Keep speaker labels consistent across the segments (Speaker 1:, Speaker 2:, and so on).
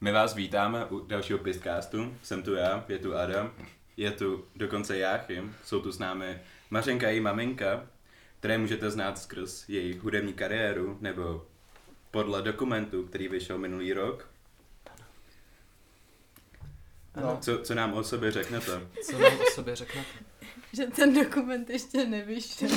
Speaker 1: My vás vítáme u dalšího Pistcastu. Jsem tu já, je tu Adam, je tu dokonce Jáchym. Jsou tu s námi Mařenka i maminka, které můžete znát skrz jejich hudební kariéru nebo podle dokumentu, který vyšel minulý rok.
Speaker 2: No,
Speaker 1: Co, co nám o sobě řeknete?
Speaker 2: co nám o sobě řeknete?
Speaker 3: Že ten dokument ještě nevyšel.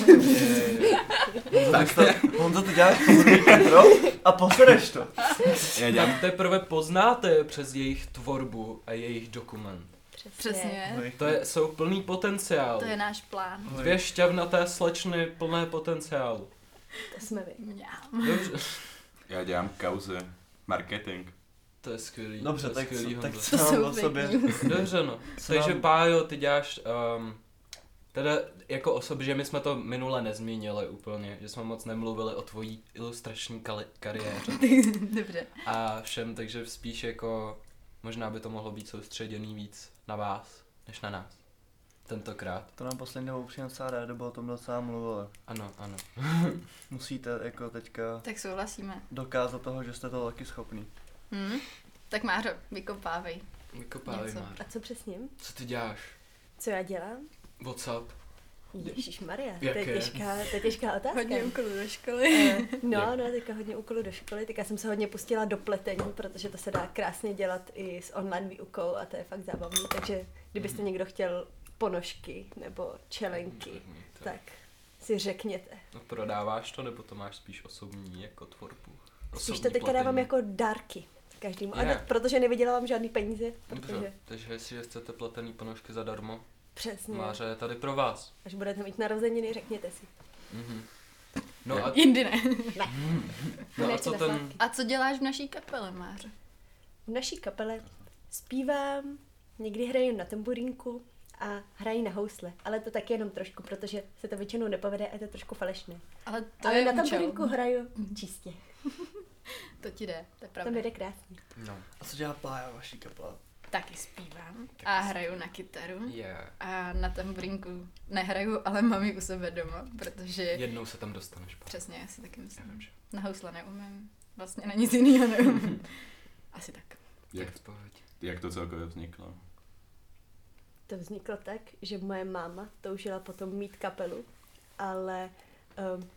Speaker 4: Tak to, Honzo, to děláš pohodlně intro a posereš to.
Speaker 1: Já
Speaker 2: Jak teprve poznáte přes jejich tvorbu a jejich dokument.
Speaker 5: Přesně.
Speaker 3: Přesně.
Speaker 2: To je, jsou plný potenciál.
Speaker 3: To je náš plán.
Speaker 4: No,
Speaker 2: Dvě šťavnaté slečny plné potenciálu.
Speaker 5: To jsme vy.
Speaker 3: Mňám.
Speaker 2: Dobře.
Speaker 1: Já dělám kauze, marketing.
Speaker 2: To je skvělý.
Speaker 4: Dobře,
Speaker 2: to je
Speaker 4: tak,
Speaker 2: skvělý,
Speaker 4: co, tak
Speaker 2: Honzo.
Speaker 4: co
Speaker 3: To
Speaker 4: nám
Speaker 3: jsou
Speaker 4: o
Speaker 3: fake
Speaker 4: sobě
Speaker 3: news.
Speaker 2: Dobře no.
Speaker 4: Co
Speaker 2: Takže
Speaker 4: nám-
Speaker 2: Pájo, ty děláš... Um, teda jako osob, že my jsme to minule nezmínili úplně, že jsme moc nemluvili o tvojí ilustrační kali- kariéře
Speaker 3: Dobře.
Speaker 2: a všem, takže spíš jako možná by to mohlo být soustředěný víc na vás, než na nás. Tentokrát.
Speaker 4: To nám poslední dobou přinesla ráda, nebo o tom docela mluvila.
Speaker 2: Ano, ano.
Speaker 4: Musíte jako teďka
Speaker 3: Tak souhlasíme.
Speaker 4: dokázat toho, že jste toho taky schopný.
Speaker 3: Hm? Tak Máro, vykopávej.
Speaker 2: Vykopávej,
Speaker 3: Něco.
Speaker 2: Mára.
Speaker 5: A co přesně?
Speaker 2: Jako Co ty děláš?
Speaker 5: Co já dělám?
Speaker 2: WhatsApp?
Speaker 5: Ježíš Maria, to
Speaker 2: Jaké?
Speaker 5: je těžká, to je těžká otázka.
Speaker 3: úkolů do školy.
Speaker 5: Eh, No, no, teďka hodně úkolů do školy, tak já jsem se hodně pustila do pletení, protože to se dá krásně dělat i s online výukou a to je fakt zábavný, takže kdybyste
Speaker 2: Mhm.
Speaker 5: někdo chtěl ponožky nebo čelenky,
Speaker 2: Mhm,
Speaker 5: tak si řekněte.
Speaker 2: No, prodáváš to, nebo to máš spíš osobní jako tvorbu?
Speaker 5: Spíš to teďka dávám jako dárky každému, a
Speaker 2: Je.
Speaker 5: tak, protože nevydělávám žádný peníze,
Speaker 2: Dobře,
Speaker 5: protože No.
Speaker 2: takže jestli chcete pletený ponožky zadarmo,
Speaker 5: přesně,
Speaker 2: Máře je tady pro vás.
Speaker 5: až budete mít narozeniny, řekněte si.
Speaker 2: Mhm. No a,
Speaker 3: Jindy ne.
Speaker 2: no a
Speaker 5: nechci
Speaker 2: co
Speaker 5: na
Speaker 2: ten...
Speaker 5: sladký.
Speaker 3: A co děláš v naší kapele, Máro?
Speaker 5: V naší kapele zpívám, někdy hraju na tamburínku a hrají na housle, ale to taky jenom trošku, protože se to většinou nepovede a je to trošku falešné.
Speaker 3: Ale to
Speaker 5: ale
Speaker 3: je
Speaker 5: na
Speaker 3: účel.
Speaker 5: tamburínku hraju čistě,
Speaker 3: To ti jde, to je
Speaker 5: to mi
Speaker 3: pravda.
Speaker 5: jde krásně.
Speaker 2: No.
Speaker 4: A co dělá Pája vaší kapela?
Speaker 3: Taky zpívám a hraju na kytaru.
Speaker 2: Yeah.
Speaker 3: A na tamburinku nehraju, ale mám ji u sebe doma, protože...
Speaker 2: Jednou se tam dostaneš. Pá.
Speaker 3: Přesně, já si taky myslím.
Speaker 2: Já vím, že
Speaker 3: Na housle neumím. Vlastně na nic jiného neumím. Asi tak.
Speaker 2: to je
Speaker 1: Jak,
Speaker 2: v pohodě.
Speaker 1: jak to celkově vzniklo?
Speaker 5: To vzniklo tak, že moje máma toužila potom mít kapelu, ale um,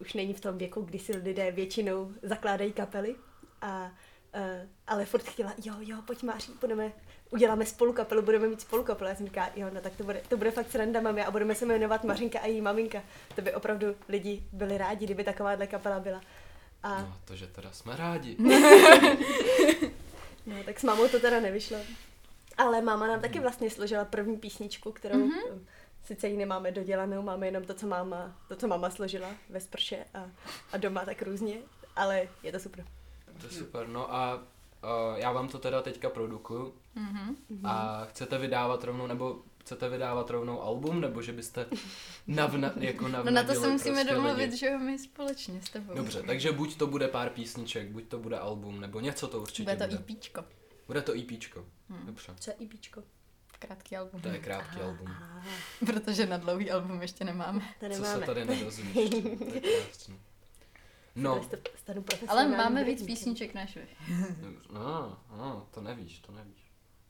Speaker 5: už není v tom věku, kdy si lidé většinou zakládají kapely, a, uh, ale furt chtěla, jo, jo, pojď Máří, budeme, uděláme spolu kapelu, budeme mít spolu kapelu. Já jsem říkala, jo, no tak to bude, to bude fakt sranda, mami, a budeme se jmenovat Mařinka a její maminka. To by opravdu lidi byli rádi, kdyby takováhle kapela byla. A no.
Speaker 2: No, to, že teda jsme rádi.
Speaker 5: no, tak s mámou to teda nevyšlo. Ale máma nám
Speaker 3: Mhm.
Speaker 5: taky vlastně složila první písničku, kterou mm-hmm. sice ji nemáme dodělanou, máme jenom to, co máma, to, co máma složila ve sprše a, a doma tak různě, ale je to super.
Speaker 2: To je super. No a uh, já vám to teda teďka produkuju. Mm-hmm.
Speaker 3: Mhm.
Speaker 2: A chcete vydávat rovnou, nebo chcete vydávat rovnou album, nebo že byste navna, jako
Speaker 3: No
Speaker 2: navnadili
Speaker 3: na to se musíme
Speaker 2: prostě
Speaker 3: domluvit,
Speaker 2: lidi?
Speaker 3: že jo, my společně s tebou.
Speaker 2: Dobře, takže buď to bude pár písniček, buď to bude album, nebo něco to určitě
Speaker 3: Bude to E Hmm.
Speaker 2: bude.
Speaker 3: IPčko,
Speaker 2: Bude to EPčko. Dobře,
Speaker 5: Třeba E i bíčko.
Speaker 3: krátký album.
Speaker 2: to je krátký
Speaker 3: Mm.
Speaker 2: album.
Speaker 5: Aha,
Speaker 3: Protože na dlouhý album ještě nemáme.
Speaker 5: to
Speaker 2: Co se
Speaker 5: nemáme.
Speaker 2: tady nedozvíš? ještě? To je krásný. No,
Speaker 5: Tady se stanu
Speaker 3: Ale
Speaker 5: profesionálním
Speaker 3: máme víc
Speaker 5: hudebníkem.
Speaker 3: písniček než vy.
Speaker 2: dobře. no, no, to nevíš, to nevíš.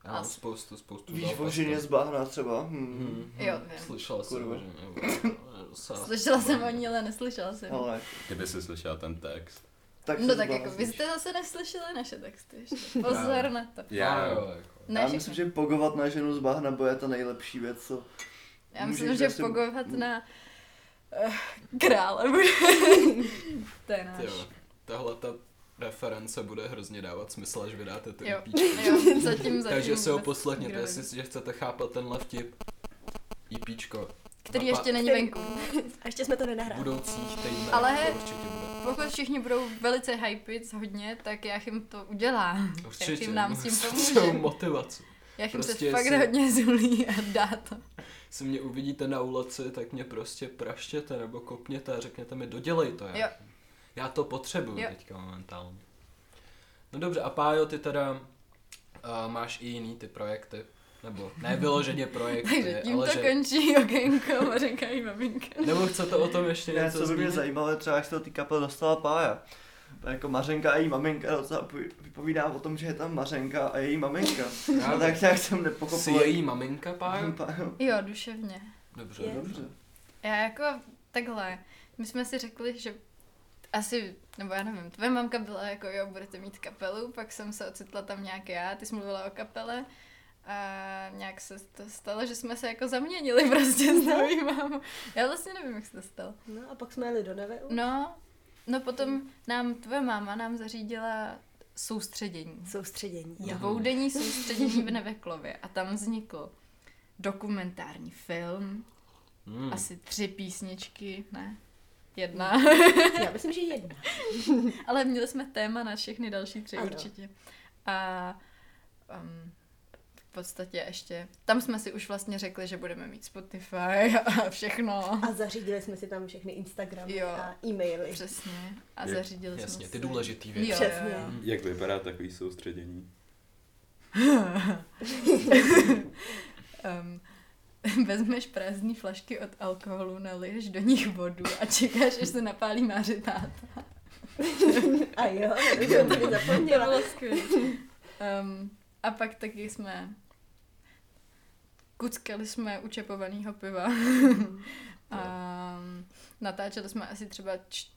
Speaker 2: Já mám
Speaker 3: Asi.
Speaker 2: spoustu, spoustu
Speaker 4: Víš,
Speaker 2: zápasů.
Speaker 4: o ženě z bahna třeba? Hmm.
Speaker 2: Mhm.
Speaker 3: Jo, vím.
Speaker 2: Slyšel jsem,
Speaker 4: Kurva.
Speaker 2: že No.
Speaker 3: Slyšela jsem o ní, ale neslyšela jsem.
Speaker 4: Ale
Speaker 1: Kdyby si slyšel ten text.
Speaker 4: No, tak se
Speaker 3: No tak jako
Speaker 4: zblázníš.
Speaker 3: vy jste zase neslyšeli naše texty ještě.
Speaker 2: No.
Speaker 3: Pozor na to.
Speaker 2: Já, jo, jako.
Speaker 3: Ne,
Speaker 4: Já
Speaker 3: všechno.
Speaker 4: myslím, že pogovat na ženu z bahna bo je ta nejlepší věc, co...
Speaker 3: Já
Speaker 4: můžeš
Speaker 3: myslím, že
Speaker 4: zase- Hmm.
Speaker 3: pogovat na eh, krále bude. To je náš.
Speaker 2: Jo, tahle ta reference bude hrozně dávat smysl, až vydáte tu
Speaker 3: Jo,
Speaker 2: EP.
Speaker 3: jo, zatím, zatím.
Speaker 2: Takže si ho
Speaker 3: vůbec
Speaker 2: poslechněte,
Speaker 3: kdo ví.
Speaker 2: jestli že chcete chápat tenhle vtip. EPčko.
Speaker 3: Který
Speaker 2: Na pa-
Speaker 3: ještě není venku.
Speaker 5: A ještě jsme to
Speaker 2: V
Speaker 5: nenahráli.
Speaker 2: budoucích týdnech
Speaker 3: Ale
Speaker 2: to
Speaker 3: he-
Speaker 2: určitě bude.
Speaker 3: Pokud všichni budou velice hypit hodně, tak Jachim to udělá.
Speaker 2: Určitě.
Speaker 3: Jachim nám s tím
Speaker 2: Jsou
Speaker 3: pomůže.
Speaker 2: motivaci.
Speaker 3: Jachim
Speaker 2: Prostě
Speaker 3: se fakt
Speaker 2: si-
Speaker 3: hodně zulí a dá to.
Speaker 2: Jestli mě uvidíte na ulici, tak mě prostě praštěte nebo kopněte a řekněte mi, dodělej to. Já,
Speaker 3: Jo.
Speaker 2: já to potřebuju
Speaker 3: Jo.
Speaker 2: teďka momentálně. No dobře, a Pájo, ty teda uh, máš i jiný ty projekty. Nebo ne vyloženě projekty,
Speaker 3: Takže tím
Speaker 2: ale
Speaker 3: to
Speaker 2: že...
Speaker 3: končí okénko a říkají maminka.
Speaker 2: Nebo chcete o tom ještě
Speaker 4: Ne,
Speaker 2: něco
Speaker 4: co by mě
Speaker 2: zmínit?
Speaker 4: zajímalo, je třeba jak se do té kapely dostala Pája. To je jako Mařenka a její maminka docela poj- vypovídá o tom, že je tam Mařenka a její maminka. A No tak nějak jsem
Speaker 2: Jsi
Speaker 4: nepochopil.
Speaker 2: její maminka, pár?
Speaker 4: Pá-
Speaker 3: Jo, duševně.
Speaker 2: Dobře.
Speaker 5: Je.
Speaker 4: No Dobře.
Speaker 3: Já jako takhle, my jsme si řekli, že asi, nebo já nevím, tvoje mamka byla jako, jo, budete mít kapelu, pak jsem se ocitla tam nějak já, ty jsi mluvila o kapele a nějak se to stalo, že jsme se jako zaměnili prostě s mojí mámou. Já vlastně nevím, jak se to stalo.
Speaker 5: No a pak jsme jeli do Neveu.
Speaker 3: No, no potom nám tvoje máma nám zařídila soustředění.
Speaker 5: Soustředění.
Speaker 3: No.
Speaker 2: Jo.
Speaker 3: Dvoudenní soustředění v Neveklově a tam vznikl dokumentární film,
Speaker 2: Hmm.
Speaker 3: asi tři písničky, ne? Jedna.
Speaker 5: Hmm. Já myslím, že jedna.
Speaker 3: Ale měli jsme téma na všechny další tři
Speaker 5: Ano.
Speaker 3: ano. určitě. A um, v podstatě ještě, tam jsme si už vlastně řekli, že budeme mít Spotify a všechno.
Speaker 5: A zařídili jsme si tam všechny Instagramy
Speaker 3: Jo.
Speaker 5: a e-maily.
Speaker 3: Přesně. A
Speaker 1: Je-
Speaker 3: zařídili jsme
Speaker 2: Jasně,
Speaker 3: si.
Speaker 2: ty důležitý věci.
Speaker 3: Jo,
Speaker 5: Přesně.
Speaker 3: jo,
Speaker 2: Hmm.
Speaker 3: jo.
Speaker 1: Jak vypadá takový soustředění?
Speaker 3: Um, vezmeš prázdné flašky od alkoholu, naliješ do nich vodu a čekáš, až se napálí mářitát.
Speaker 5: A jo, to jsem tady
Speaker 3: To
Speaker 5: zapomněla.
Speaker 3: bylo skvělé. Um, a pak taky jsme kuckali jsme učepovaného piva. a natáčeli jsme asi třeba č-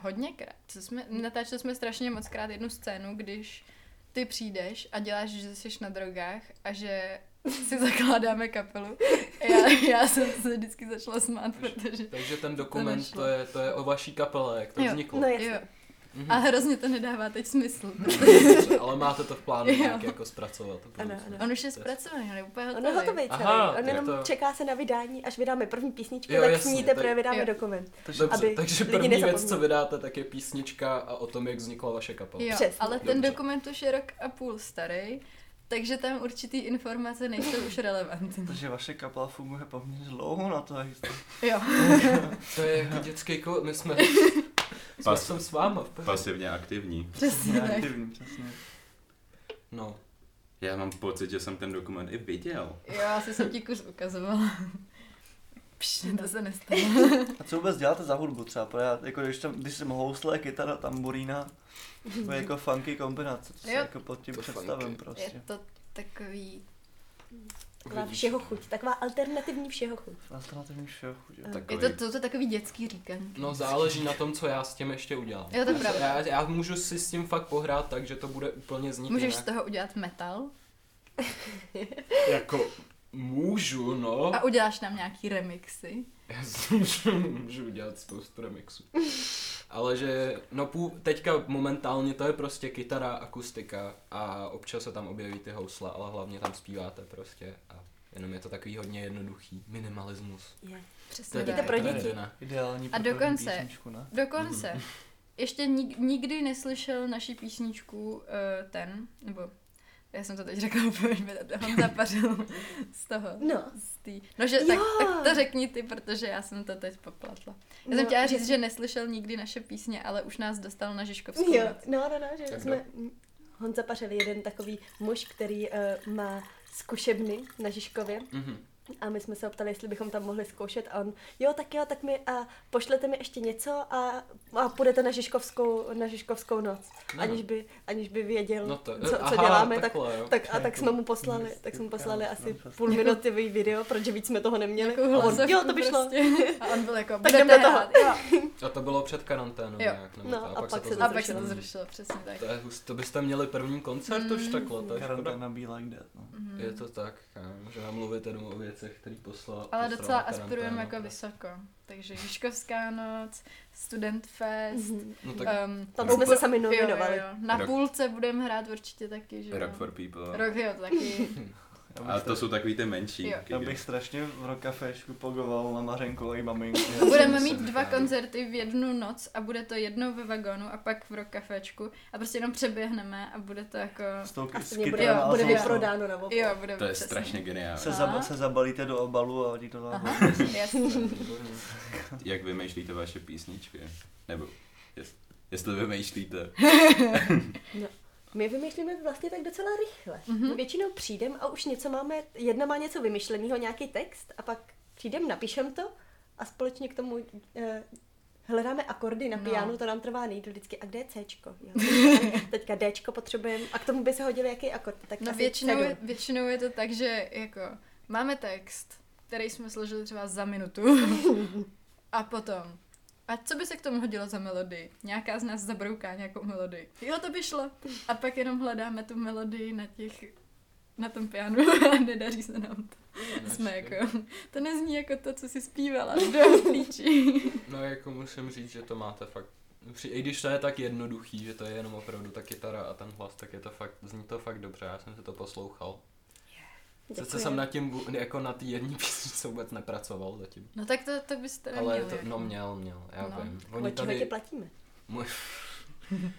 Speaker 3: hodněkrát. Co jsme, natáčeli jsme strašně moc krát jednu scénu, když ty přijdeš a děláš, že jsi na drogách a že si zakládáme kapelu. Já, já jsem se vždycky začala smát, protože...
Speaker 2: Takže ten
Speaker 3: To
Speaker 2: dokument,
Speaker 3: nešlo.
Speaker 2: to je, to je o vaší kapele, jak to
Speaker 3: Jo.
Speaker 2: vzniklo.
Speaker 5: No
Speaker 3: Jo.
Speaker 5: jasně.
Speaker 2: Mhm.
Speaker 3: A hrozně to nedává teď smysl.
Speaker 2: Dobře, Ale máte to v plánu
Speaker 3: Jo.
Speaker 2: nějak jako zpracovat. do
Speaker 5: Ano,
Speaker 2: budoucna.
Speaker 5: ano.
Speaker 3: On už je zpracovaný, on je úplně
Speaker 5: Ono
Speaker 3: hotový.
Speaker 5: No, hotový celý.
Speaker 2: Aha,
Speaker 5: On
Speaker 2: tak
Speaker 5: jenom
Speaker 2: to-
Speaker 5: čeká se na vydání, až vydáme první písničku,
Speaker 2: Jo,
Speaker 5: tak
Speaker 2: jasně,
Speaker 5: s ní
Speaker 2: tak-
Speaker 5: teprve vydáme
Speaker 3: Jo.
Speaker 5: dokument.
Speaker 2: Dobře,
Speaker 5: aby
Speaker 2: takže
Speaker 5: lidi
Speaker 2: první věc, co
Speaker 5: nezapomněli.
Speaker 2: vydáte, tak je písnička a o tom, jak vznikla vaše kapela.
Speaker 3: Jo,
Speaker 5: Přesně.
Speaker 3: ale ten
Speaker 2: Dobře.
Speaker 3: dokument už je rok a půl starý, takže tam určitý informace nejsou už relevantní.
Speaker 4: Takže vaše kapela funguje poměrně dlouho na to. jak jste-
Speaker 3: Jo.
Speaker 2: To je jako dětský klub, my jsme, jsme
Speaker 1: Pas,
Speaker 2: jsem s váma. v první.
Speaker 1: pasivně aktivní.
Speaker 3: Přesně tak.
Speaker 4: Aktivní, přesně.
Speaker 2: No,
Speaker 1: Já mám pocit, že jsem ten dokument i viděl.
Speaker 3: Jo, asi jsem ti kus ukazovala. Pš, to se nestalo.
Speaker 4: A co vůbec děláte za hudbu třeba? Protože já, jako když, tam, když jsem housle, kytara, tamburína, to je jako funky kombinace, to si
Speaker 3: Jo.
Speaker 4: jako pod tím
Speaker 2: To
Speaker 4: představím
Speaker 2: funky.
Speaker 3: Je
Speaker 4: prostě.
Speaker 3: to takový...
Speaker 5: Taková
Speaker 2: Vidíš.
Speaker 5: všeho chuť, taková alternativní všeho chuť.
Speaker 4: Alternativní show, jo.
Speaker 5: Tak.
Speaker 3: Je
Speaker 1: Takový.
Speaker 3: to, to, to takový dětský říkanky.
Speaker 2: no záleží na tom, co já s tím ještě udělám.
Speaker 3: Jo, to je pravda.
Speaker 2: Já, já můžu si s tím fakt pohrát tak, že to bude úplně znít
Speaker 3: Můžeš z
Speaker 2: jinak.
Speaker 3: toho udělat metal
Speaker 2: Jako můžu, no.
Speaker 3: a uděláš nám nějaký remixy.
Speaker 2: Já si můžu, můžu udělat spoustu remixů. Ale že, no pů, teďka momentálně to je prostě kytara, akustika a občas se tam objeví ty housle, ale hlavně tam zpíváte prostě a jenom je to takový hodně jednoduchý minimalismus.
Speaker 5: Je.
Speaker 3: Přesně
Speaker 5: Vidíte,
Speaker 3: tak.
Speaker 5: pro děti.
Speaker 2: rodina.
Speaker 4: Ideální
Speaker 3: A
Speaker 4: pro první
Speaker 3: dokonce-
Speaker 4: písničku, ne?
Speaker 3: Dokonce. Ještě nik- nikdy neslyšel naši písničku uh, ten, nebo já jsem to teď řekla, protože mi Honza pařil z toho.
Speaker 5: No,
Speaker 3: Z tý, no, že, tak,
Speaker 5: Jo.
Speaker 3: tak, to řekni ty, protože já jsem to teď poplatla. Já jsem
Speaker 5: No,
Speaker 3: chtěla
Speaker 5: že-
Speaker 3: říct, že neslyšel nikdy naše písně, ale už nás dostal na Žižkovskou
Speaker 5: jo,
Speaker 3: noc.
Speaker 5: no, no, no, že
Speaker 2: Tak
Speaker 5: jsme... Honza Pařel je jeden takový muž, který uh, má zkušebny na Žižkově
Speaker 2: Mhm.
Speaker 5: a my jsme se ho ptali, jestli bychom tam mohli zkoušet a on, jo, tak jo, tak mi a pošlete mi ještě něco a, a půjdete na Žižkovskou, na Žižkovskou noc.
Speaker 2: No.
Speaker 5: Aniž by, aniž by věděl,
Speaker 2: No to-
Speaker 5: co, co
Speaker 2: aha,
Speaker 5: děláme, tak,
Speaker 2: takhle, jo.
Speaker 5: tak, a tak
Speaker 4: Jako-
Speaker 5: jsme mu poslali, tak jsme mu poslali
Speaker 4: Jo,
Speaker 5: asi
Speaker 4: no, přesně.
Speaker 5: půl minutový video, protože víc jsme toho neměli.
Speaker 3: Nějakou
Speaker 5: A on,
Speaker 3: Jako hlasovku
Speaker 5: jo, to by šlo.
Speaker 3: Prostě. A on byl jako,
Speaker 5: Tak jdem
Speaker 3: budete
Speaker 5: do toho.
Speaker 3: hrát. jo.
Speaker 2: A to bylo před karanténou
Speaker 3: Jo.
Speaker 2: nějak, nebo
Speaker 5: No,
Speaker 2: to,
Speaker 5: a pak se to
Speaker 3: A
Speaker 2: zrušilo.
Speaker 3: pak se to
Speaker 5: Zrušilo. Mhm.
Speaker 3: zrušilo, přesně tak.
Speaker 2: To, je hustý, to byste měli první koncert už
Speaker 3: Mm.
Speaker 2: takhle, to je škoda.
Speaker 4: Karanténa be like that, no.
Speaker 3: Mhm.
Speaker 2: Je to tak, kámo, můžeme mluvit jenom o věcech, který poslal.
Speaker 3: Ale
Speaker 2: poslala
Speaker 3: docela
Speaker 2: karanténa.
Speaker 3: aspirujeme jako vysoko. Takže Žižkovská noc, Student Fest.
Speaker 5: Mhm.
Speaker 2: No tak
Speaker 3: Um,
Speaker 5: Tam
Speaker 1: No,
Speaker 5: jsme se sami nominovali.
Speaker 3: Jo, jo, jo. Na
Speaker 1: Rock-
Speaker 3: půlce budeme hrát určitě taky, že jo.
Speaker 1: Rock for people. no.
Speaker 3: Rock, jo, to taky.
Speaker 4: Já bych
Speaker 1: A to
Speaker 4: strašně-
Speaker 1: jsou takový ty menší.
Speaker 3: Jo.
Speaker 4: Já
Speaker 1: kdy-
Speaker 4: bych strašně v rockafešku pogoval na Mařenku a její maminku.
Speaker 3: Budeme
Speaker 1: jsem
Speaker 3: mít
Speaker 1: se
Speaker 3: dva
Speaker 1: nechal.
Speaker 3: koncerty v jednu noc a bude to jednou ve vagonu a pak v rock kafečku a prostě jenom přeběhneme a bude to jako...
Speaker 4: S tou
Speaker 5: A
Speaker 4: s
Speaker 5: stejně bude,
Speaker 3: kytarama
Speaker 4: kytarou
Speaker 5: bude
Speaker 4: a
Speaker 3: jsou-
Speaker 5: vyprodáno na
Speaker 3: Jo, bude
Speaker 1: To je
Speaker 3: přesně.
Speaker 1: strašně geniální.
Speaker 4: Se, zaba, se zabalíte do obalu a hodí to tam.
Speaker 3: Aha, jasně.
Speaker 1: Jak vymýšlíte vaše písničky? Nebo jest, jestli vymýšlíte?
Speaker 5: No. My vymýšlíme vlastně tak docela rychle.
Speaker 3: Mhm.
Speaker 5: Mm-hmm. Většinou přijdem a už něco máme, jedna má něco vymyšleného, nějaký text a pak přijdem, napíšem to a společně k tomu eh, hledáme akordy na
Speaker 3: No.
Speaker 5: piano, to nám trvá nejít vždycky. A kde je Cčko? Jo, teďka Dčko potřebujeme. A k tomu by se hodil jaký akord? Tak
Speaker 3: No
Speaker 5: asi
Speaker 3: většinou,
Speaker 5: C-dur.
Speaker 3: je- většinou je to tak, že jako máme text, který jsme složili třeba za minutu a potom. A co by se k tomu hodilo za melodii? Nějaká z nás zabrouká nějakou melodii. Jo, to by šlo. A pak jenom hledáme tu melodii na těch na tom pianu a nedaří se nám to. Jsme jako, to nezní jako to, co si zpívala do klíči.
Speaker 2: No jako musím říct, že to máte fakt při, I když to je tak jednoduchý, že to je jenom opravdu ta kytara a ten hlas, tak je to fakt, zní to fakt dobře, já jsem si to poslouchal. Sice
Speaker 5: Děkuji.
Speaker 2: jsem nad tím, bu- jako na té jedné písničce vůbec nepracoval zatím.
Speaker 3: No tak to, to byste
Speaker 2: Ale
Speaker 3: neměli.
Speaker 2: to,
Speaker 3: jako.
Speaker 2: no měl, měl, já
Speaker 3: No.
Speaker 2: vím.
Speaker 5: Od čeho tě platíme?
Speaker 2: Můj,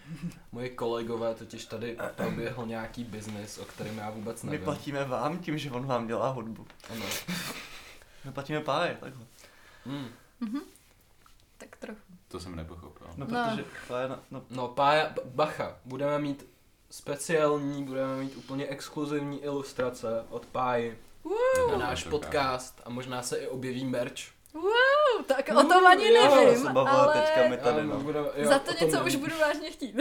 Speaker 2: moji kolegové totiž tady proběhl nějaký biznis, o kterém já vůbec
Speaker 4: My
Speaker 2: nevím.
Speaker 4: platíme vám tím, že on vám dělá hudbu.
Speaker 2: Ano.
Speaker 4: My platíme páje, takhle.
Speaker 2: Mm.
Speaker 3: Mhm. Tak trochu.
Speaker 1: To jsem nepochopil.
Speaker 4: No,
Speaker 3: No.
Speaker 4: protože páje na, no,
Speaker 2: No pája, b- bacha, budeme mít speciální, budeme mít úplně exkluzivní ilustrace od páji na
Speaker 4: No,
Speaker 1: Nepochopil.
Speaker 2: náš podcast a možná se i objeví merch.
Speaker 3: Wow, tak o tom ani
Speaker 2: jo,
Speaker 3: nevím,
Speaker 4: se bavila
Speaker 3: ale...
Speaker 4: teďka my tady,
Speaker 2: Ale
Speaker 4: no.
Speaker 2: budeme- jo,
Speaker 3: Za
Speaker 2: o
Speaker 3: to
Speaker 2: tom
Speaker 3: něco už
Speaker 2: nevím.
Speaker 3: budu vážně chtít.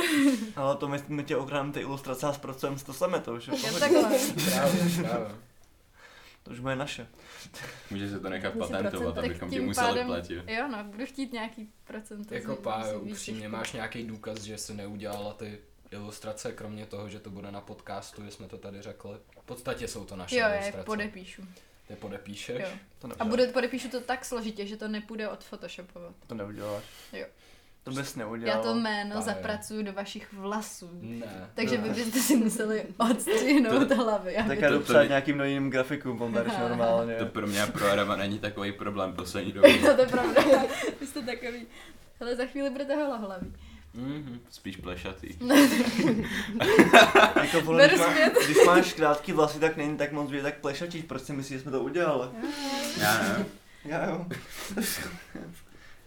Speaker 4: Ale to my, my tě okráme ty ilustrace a zpracujeme s to sami, to už je
Speaker 3: Jo,
Speaker 4: pohodě.
Speaker 2: No,
Speaker 3: takhle.
Speaker 2: Právě, právě.
Speaker 4: To už bude naše.
Speaker 1: Může se to nechat
Speaker 5: Musí
Speaker 1: patentovat,
Speaker 5: procent, tak
Speaker 1: abychom tě
Speaker 3: tím
Speaker 1: museli
Speaker 3: pádem-
Speaker 1: platit.
Speaker 3: Jo, no, budu chtít nějaký procent.
Speaker 2: Jako pájo, upřímně, máš nějaký důkaz, že jsi neudělala ty ilustrace, kromě toho, že to bude na podcastu, že jsme to tady řekli. V podstatě jsou to naše
Speaker 3: Jo, já je
Speaker 2: ilustrace.
Speaker 3: podepíšu.
Speaker 2: Ty podepíšeš?
Speaker 3: Jo.
Speaker 4: To
Speaker 3: A
Speaker 4: neuděláš.
Speaker 3: bude, podepíšu to tak složitě, že to nepůjde od Photoshopovat.
Speaker 4: To neuděláš.
Speaker 3: Jo.
Speaker 4: To bys neudělal.
Speaker 3: Já to jméno
Speaker 2: Pájo.
Speaker 3: zapracuju do vašich vlasů.
Speaker 2: Ne.
Speaker 3: Takže vy byste si museli odstřihnout hlavy. aby
Speaker 4: Tak
Speaker 3: to-
Speaker 4: já
Speaker 1: To-
Speaker 4: jdu
Speaker 1: to
Speaker 4: psát
Speaker 1: ne-
Speaker 4: nějakým novým grafikům, on bereš normálně.
Speaker 1: To pro mě a pro Adama není takový problém poslední dobou.
Speaker 3: to je pravda. Vy jste takový. Hele, za chvíli budete holohlaví.
Speaker 2: Mhm.
Speaker 1: Spíš plešatý.
Speaker 4: Jako ono,
Speaker 3: Beru
Speaker 4: když, má,
Speaker 3: zpět.
Speaker 4: když máš krátký vlasy, tak není tak moc vidět, tak plešatíš, proč si myslíš, že jsme to udělali?
Speaker 1: Já ne.
Speaker 4: Já jo.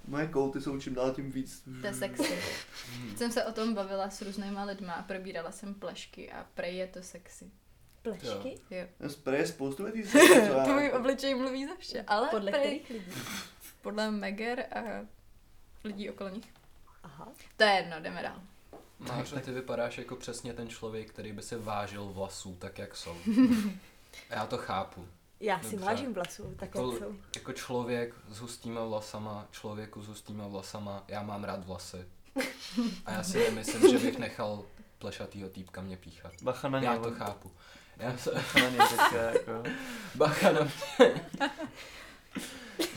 Speaker 4: Moje kouty jsou čím dál tím víc.
Speaker 3: To je sexy.
Speaker 1: Mm.
Speaker 3: Jsem se o tom bavila s různýma lidma a probírala jsem plešky a prej je to sexy.
Speaker 5: Plešky?
Speaker 3: Jo.
Speaker 4: Spray je spoustu věcí, co já- jako-
Speaker 3: Tvůj obličej mluví za vše, ale
Speaker 5: Podle
Speaker 3: prej-
Speaker 5: kterých lidí?
Speaker 3: podle Meger a lidí okolo nich.
Speaker 5: Aha.
Speaker 3: To je jedno, jdeme dál.
Speaker 2: Máš, No, ty vypadáš jako přesně ten člověk, který by se vážil vlasů tak, jak jsou. Já to chápu.
Speaker 5: Já si
Speaker 2: Dobře.
Speaker 5: vážím vlasů, tak jak
Speaker 2: To-
Speaker 5: jsou.
Speaker 2: Jako člověk s hustýma vlasama, člověku s hustýma vlasama, já mám rád vlasy. A já si nemyslím, že bych nechal plešatýho týpka mě píchat.
Speaker 4: Bacha na něj.
Speaker 2: Já to
Speaker 4: on-
Speaker 2: chápu. Já se,
Speaker 4: Bacha na něj, tak já jako...
Speaker 2: bacha no, na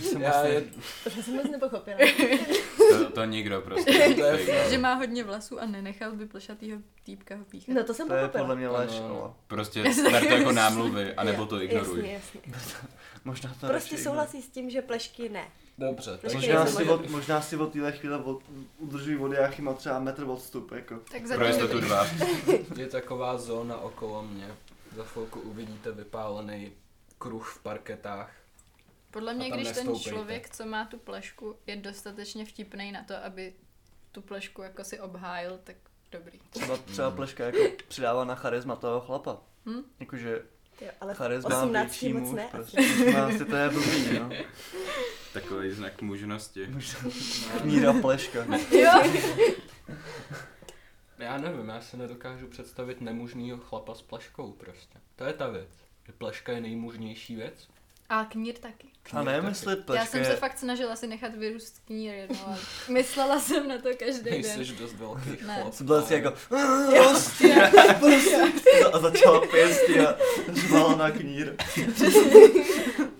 Speaker 4: Jsem
Speaker 2: já
Speaker 4: vlastně-
Speaker 2: je,
Speaker 5: To jsem moc nepochopila.
Speaker 1: To, to nikdo prostě.
Speaker 2: To je
Speaker 3: Že má hodně vlasů a nenechal by plešatýho týpka ho píchat.
Speaker 5: No to jsem
Speaker 4: To je
Speaker 5: pochopila.
Speaker 4: podle mě no. lež,
Speaker 2: Ano, ano.
Speaker 4: ale
Speaker 1: Prostě
Speaker 3: Já si taky
Speaker 1: ber to jako
Speaker 3: myslím.
Speaker 1: námluvy, anebo to
Speaker 5: Jasně,
Speaker 1: ignoruj.
Speaker 5: jasně.
Speaker 4: možná to
Speaker 5: Prostě
Speaker 4: radši
Speaker 5: souhlasí s tím, že plešky ne.
Speaker 2: dobře,
Speaker 5: Počkej,
Speaker 2: takže
Speaker 4: Možná
Speaker 5: Jasně,
Speaker 4: si,
Speaker 5: moje-
Speaker 4: od, možná si od téhle chvíle od, udržují vody a má třeba metr odstup, jako.
Speaker 3: Tak
Speaker 1: Pro
Speaker 3: zatím
Speaker 1: jistotu
Speaker 3: dobrý.
Speaker 1: dva.
Speaker 2: je taková zóna okolo mě. Za chvilku uvidíte vypálený kruh v parketách.
Speaker 3: Podle
Speaker 2: A
Speaker 3: mě,
Speaker 2: tam
Speaker 3: když ten
Speaker 2: nestoupejte.
Speaker 3: člověk, co má tu plešku, je dostatečně vtipný na to, aby tu plešku jako si obhájil, tak dobrý.
Speaker 4: Třeba, třeba pleška jako přidává na charisma toho chlapa.
Speaker 3: Hm?
Speaker 4: Jakože
Speaker 5: Ty jo, ale
Speaker 4: charisma
Speaker 5: 18
Speaker 4: větší
Speaker 5: moc
Speaker 4: muž,
Speaker 5: ne.
Speaker 4: prostě. 18 to je blbý, no.
Speaker 1: Takový znak mužnosti.
Speaker 4: Možná Míra pleška.
Speaker 2: Já nevím, já si nedokážu představit nemužnýho chlapa s pleškou prostě. To je ta věc. Že pleška je nejmužnější věc.
Speaker 3: A knír taky.
Speaker 4: A
Speaker 2: Knír
Speaker 4: ne,
Speaker 2: taky.
Speaker 4: mysli
Speaker 3: Pleška Já
Speaker 4: pleška
Speaker 3: jsem se
Speaker 4: je,
Speaker 3: fakt snažila si nechat vyrůst knír jednou, ale myslela jsem na to každý den.
Speaker 2: Nejseš dost velký
Speaker 3: Ne.
Speaker 2: chlap.
Speaker 4: jsem byla si
Speaker 2: ale-
Speaker 4: jako prostě, prostě a začala pěstí a řvala na knír.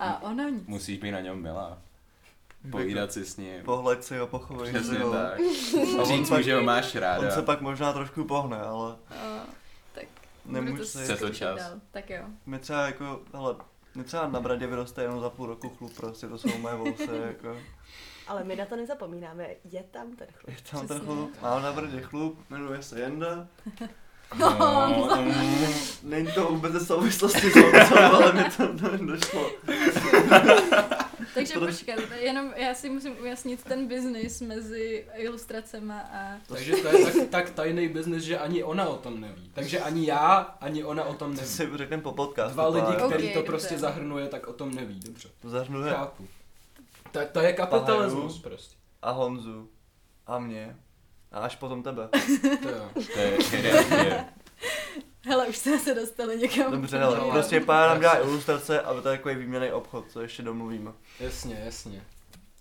Speaker 3: A ono nic.
Speaker 1: Musíš být na něm milá. Povídat si s ním.
Speaker 4: Pohled si ho, pochovej si
Speaker 1: Přesně
Speaker 4: ho.
Speaker 1: tak.
Speaker 4: A on,
Speaker 1: Říct mu,
Speaker 4: pak,
Speaker 1: že ho máš
Speaker 4: on se
Speaker 1: ráda.
Speaker 4: pak možná trošku pohne, ale
Speaker 3: A, tak
Speaker 4: Nemůžu
Speaker 3: budu
Speaker 4: si-
Speaker 3: to
Speaker 1: Chce to
Speaker 3: zkoušet
Speaker 1: čas.
Speaker 3: dál. Tak jo.
Speaker 4: my třeba jako, hele, mě třeba na bradě vyroste jenom za půl roku chlup prostě, to jsou moje vousy, jako.
Speaker 5: Ale my na to nezapomínáme, je tam ten
Speaker 4: Je
Speaker 5: chlup.
Speaker 4: tam ten
Speaker 3: Přesně.
Speaker 4: chlup, mám na bradě chlup, jmenuje se Jenda.
Speaker 1: No,
Speaker 4: Mm, Není to vůbec ze souvislosti s Honzou, ale mi to do- došlo.
Speaker 3: Takže
Speaker 4: Proč-
Speaker 3: počkat, jenom já si musím ujasnit ten biznis mezi ilustracema a...
Speaker 2: Takže to je tak, tak tajný biznis, že ani ona o tom neví. Takže ani já, ani ona o tom
Speaker 4: To
Speaker 2: neví.
Speaker 4: si řekneme po podcastu.
Speaker 2: Dva lidi,
Speaker 4: pár.
Speaker 3: Ok,
Speaker 2: který to
Speaker 3: dobře.
Speaker 2: prostě zahrnuje, tak o tom neví. Dobře.
Speaker 4: Zahrnuje
Speaker 2: Chápu. Tak to je kapitalismus prostě.
Speaker 4: a Honzu. a mě. A až potom tebe.
Speaker 2: To jo.
Speaker 1: To je hierarchie.
Speaker 3: Hele, už jsme se dostali někam.
Speaker 4: Dobře, hele,
Speaker 2: Jo.
Speaker 4: prostě pár nám dělá ilustrace a to je takový výměný obchod, co ještě domluvíme.
Speaker 2: Jasně, jasně.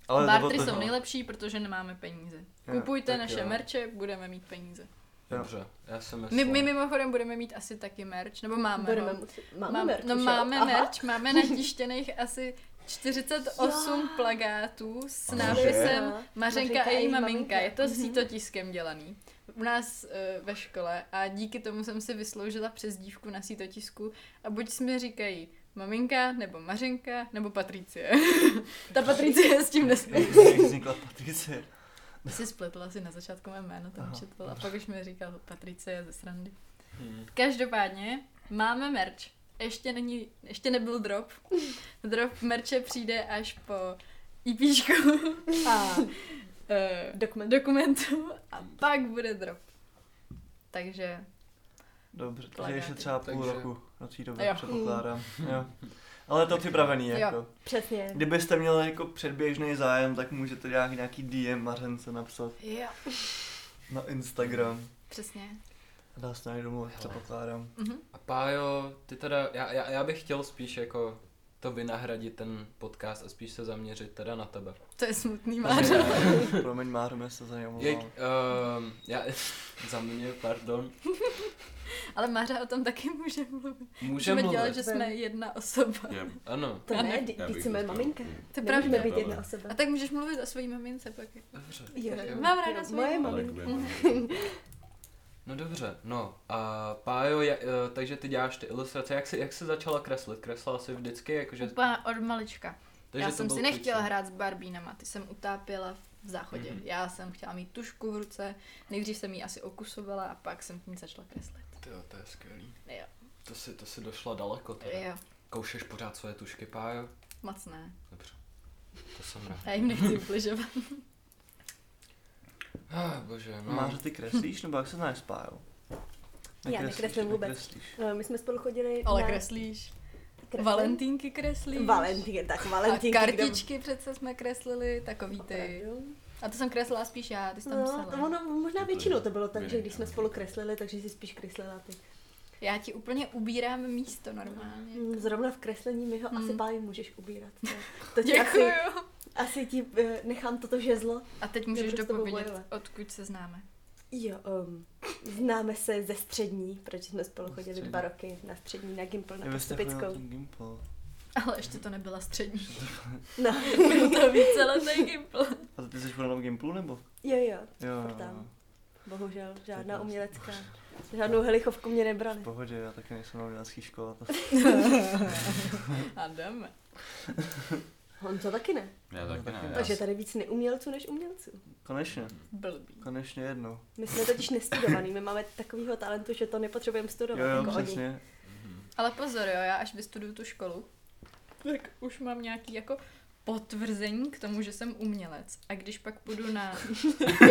Speaker 4: Ale
Speaker 3: Bartry
Speaker 4: nebo to-
Speaker 3: jsou nejlepší, protože nemáme peníze.
Speaker 4: Jo,
Speaker 3: Kupujte
Speaker 2: tak
Speaker 3: naše
Speaker 2: jo.
Speaker 3: merče, budeme mít peníze.
Speaker 4: Jo.
Speaker 2: Dobře, já jsem
Speaker 3: My,
Speaker 2: myslel.
Speaker 3: my mimochodem budeme mít asi taky merch, nebo máme
Speaker 5: Budeme
Speaker 3: ho.
Speaker 5: muset... Máme
Speaker 3: Mám-
Speaker 5: merch
Speaker 3: no
Speaker 5: už, jo?
Speaker 3: máme
Speaker 5: Aha.
Speaker 3: merch, máme natištěných asi 48
Speaker 5: Jo.
Speaker 3: plagátů s
Speaker 4: Cože?
Speaker 3: nápisem
Speaker 5: Jo.
Speaker 3: Mařenka a její maminka. Je to
Speaker 5: Mhm.
Speaker 3: sítotiskem dělaný. U nás eh, ve škole a díky tomu jsem si vysloužila přezdívku na sítotisku a buď si mi říkají maminka, nebo Mařenka, nebo Patricie. Ta Patricie s tím nesmí.
Speaker 4: Jak vznikla Patricie?
Speaker 3: Si spletla si na začátku mé jméno, tam
Speaker 4: Aha.
Speaker 3: četl a pak už mi říkal Patricie ze srandy.
Speaker 2: Hmm.
Speaker 3: Každopádně máme merch. Ještě, není, ještě nebyl drop. Drop merče přijde až po IPčku a eh,
Speaker 5: Dokument.
Speaker 3: dokumentu a pak bude drop. Takže
Speaker 4: Dobře, takže
Speaker 3: Plagáty.
Speaker 4: ještě třeba půl
Speaker 2: Takže-
Speaker 4: roku do té doby,
Speaker 3: Jo.
Speaker 4: předpokládám. Jo. Ale to připravený
Speaker 3: Jo.
Speaker 4: jako.
Speaker 5: Přesně.
Speaker 4: Kdybyste měli jako předběžný zájem, tak můžete nějak nějaký DM Mařence napsat
Speaker 3: jo,
Speaker 4: na Instagram.
Speaker 3: přesně.
Speaker 4: A dá se nějak domluvit, předpokládám.
Speaker 3: Mhm.
Speaker 2: A Pájo, ty teda, já, já, já bych chtěl spíš jako to vynahradit ten podcast a spíš se zaměřit teda na tebe.
Speaker 3: To je smutný, Mářo.
Speaker 4: Promiň Máru, mě se za něj
Speaker 2: Jak,
Speaker 4: omlouvám.
Speaker 2: um, já, za mě, pardon.
Speaker 3: Ale Mářa o tom taky může mluvit.
Speaker 2: Můžeme
Speaker 3: Můžeme
Speaker 2: mluvit.
Speaker 3: dělat, že jsme jedna osoba.
Speaker 1: Je.
Speaker 2: Ano.
Speaker 5: To ne, ty
Speaker 1: Já bych prostě-
Speaker 5: jsme moje
Speaker 1: zůstal.
Speaker 5: maminka.
Speaker 3: To je
Speaker 5: Nemůžeme
Speaker 3: pravda.
Speaker 5: být jedna osoba.
Speaker 3: A tak můžeš mluvit o svojí mamince pak.
Speaker 2: Dobře.
Speaker 5: Jo,
Speaker 3: tak
Speaker 5: jo.
Speaker 3: mám ráda
Speaker 5: Jo,
Speaker 3: svoji
Speaker 5: Moje
Speaker 1: Ale
Speaker 5: maminka.
Speaker 1: jakoby-
Speaker 2: No dobře, no a Pájo, ja, eh, takže ty děláš ty ilustrace, jak jsi, jak jsi začala kreslit? Kreslila jsi vždycky, jakože...
Speaker 3: Úplně od malička.
Speaker 2: takže
Speaker 3: já
Speaker 2: to
Speaker 3: jsem
Speaker 2: byl
Speaker 3: si nechtěla
Speaker 2: klíč,
Speaker 3: hrát s barbínama, ty jsem utápěla v záchodě.
Speaker 2: Mhm.
Speaker 3: Mm-hmm. Já jsem chtěla mít tušku v ruce, nejdřív jsem ji asi okusovala a pak jsem tím začala kreslit.
Speaker 2: no. Tyjo, to je skvělý.
Speaker 3: Jo.
Speaker 2: To si, to si došla daleko teda.
Speaker 3: Jo,
Speaker 2: Koušeš pořád svoje tušky, Pájo?
Speaker 3: moc ne.
Speaker 2: Dobře. To jsem rád.
Speaker 3: Já jim nechci ubližovat.
Speaker 2: Ah, bože, no.
Speaker 4: Máře, ty kreslíš, nebo jak se znáš s Pájou?
Speaker 5: nekreslím vůbec.
Speaker 4: Nekreslíš.
Speaker 5: Eh, My jsme spolu chodili
Speaker 3: Ale
Speaker 5: na
Speaker 3: kreslíš.
Speaker 5: kreslení.
Speaker 3: Valentínky kreslíš.
Speaker 5: Valentín, tak Valentín.
Speaker 3: a kartičky přece jsme kreslili, takový ty. A to jsem kreslila spíš já, ty jsi tam
Speaker 5: No,
Speaker 3: psala.
Speaker 5: to ono, možná
Speaker 1: To
Speaker 5: většinou
Speaker 1: je-
Speaker 5: to bylo tak, že
Speaker 1: vynechám.
Speaker 5: když jsme spolu kreslili, takže si spíš kreslila ty.
Speaker 3: Já ti úplně ubírám místo normálně.
Speaker 5: Mm, Zrovna v kreslení mi ho
Speaker 3: Mm.
Speaker 5: asi páji můžeš ubírat. To, to ti asi,
Speaker 3: Děkuju.
Speaker 5: asi ti eh, nechám toto žezlo.
Speaker 3: A teď můžeš
Speaker 5: budu s tebou
Speaker 3: dopovědět,
Speaker 5: bojovat.
Speaker 3: odkud se známe.
Speaker 5: Jo, um, známe se ze střední, protože jsme spolu chodili
Speaker 4: střední.
Speaker 5: dva roky na střední, na Gimpl, na prostě
Speaker 4: Vy jste chodili na
Speaker 5: Postupickou.
Speaker 4: ten Gimple.
Speaker 3: Ale ještě to nebyla střední.
Speaker 5: No,
Speaker 3: Byl to víceletý gimpl.
Speaker 4: A ty jsi na tom Gimplu, nebo?
Speaker 5: jo, jo,
Speaker 4: Jo,
Speaker 5: Furt
Speaker 4: jo, jo.
Speaker 5: tam. bohužel, žádná
Speaker 4: krásný.
Speaker 5: umělecká. Žádnou helichovku mě nebrali.
Speaker 4: V pohodě, já taky nejsem na umělecké škole. To...
Speaker 3: A jdeme.
Speaker 5: Honzo taky ne.
Speaker 1: Já taky ne. já
Speaker 5: Takže
Speaker 1: s-
Speaker 5: tady víc neumělců než umělců.
Speaker 4: Konečně,
Speaker 3: Blbý.
Speaker 4: konečně jednou.
Speaker 5: My jsme totiž nestudovaný, my máme takovýho talentu, že to nepotřebujeme studovat
Speaker 4: Jo, jo,
Speaker 5: jako oni.
Speaker 4: přesně.
Speaker 3: Ale pozor, jo, já až vystuduju tu školu, tak už mám nějaký jako potvrzení k tomu, že jsem umělec. A když pak půjdu na...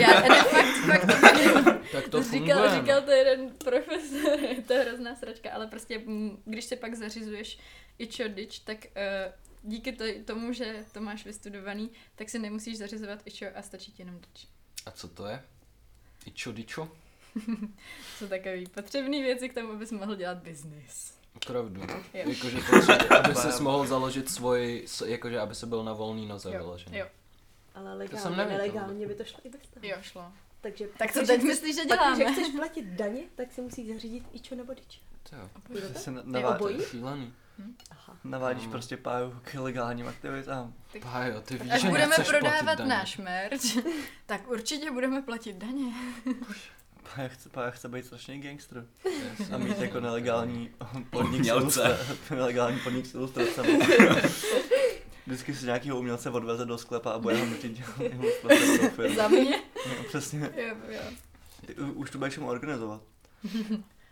Speaker 3: Já ne, fakt, fakt to tak
Speaker 2: Tak to
Speaker 3: říkal,
Speaker 2: funguje,
Speaker 3: říkal
Speaker 2: no.
Speaker 3: to jeden profesor, to je hrozná sračka, ale prostě mm, když se pak zařizuješ i čodič, tak eh, díky to- tomu, že to máš vystudovaný, tak si nemusíš zařizovat ičo a stačí ti jenom dič.
Speaker 2: A co to je? Ičo, dičo?
Speaker 3: Jsou takové potřebné věci k tomu, abys mohl dělat biznis.
Speaker 2: Opravdu.
Speaker 3: Jo.
Speaker 2: Jakože potřebu- aby se mohl založit svoji, s- jakože aby se byl na volný noze
Speaker 3: Jo,
Speaker 2: vyložený.
Speaker 3: jo,
Speaker 5: Ale
Speaker 2: jsem
Speaker 5: legálně,
Speaker 2: nevěděl.
Speaker 5: nelegálně by to šlo i bez toho.
Speaker 3: jo, šlo.
Speaker 5: Takže
Speaker 3: Tak to
Speaker 5: takže
Speaker 3: teď
Speaker 5: chceš-
Speaker 3: myslíš, že
Speaker 5: Pak,
Speaker 3: děláme?
Speaker 5: když chceš platit daně, tak si musíš zařídit ičo nebo dič.
Speaker 2: To jo,
Speaker 5: Bude to?
Speaker 4: Jsi na-
Speaker 5: Je
Speaker 4: navá-
Speaker 5: obojí?
Speaker 2: to je šílený.
Speaker 5: Aha.
Speaker 4: Navádíš
Speaker 2: Mm.
Speaker 4: prostě páju k ilegálním aktivitám.
Speaker 3: Tak-
Speaker 2: Pájo, ty víš,
Speaker 3: Až
Speaker 2: že
Speaker 3: budeme
Speaker 2: nechceš
Speaker 3: prodávat
Speaker 2: platit daně.
Speaker 3: náš merch, tak určitě budeme platit daně.
Speaker 4: Pája chce, pája chce být strašný gangster.
Speaker 2: Jasně.
Speaker 4: A mít jako nelegální podnik s
Speaker 1: Umělce.
Speaker 4: ilustra- nelegální podnik s ilustracemi. Vždycky si nějakýho umělce odveze do sklepa a bude ho nutit dělat ilustrace pro film.
Speaker 3: Za mě.
Speaker 4: No, přesně.
Speaker 3: jo, jo.
Speaker 4: Ty u- Už to budeš mu organizovat.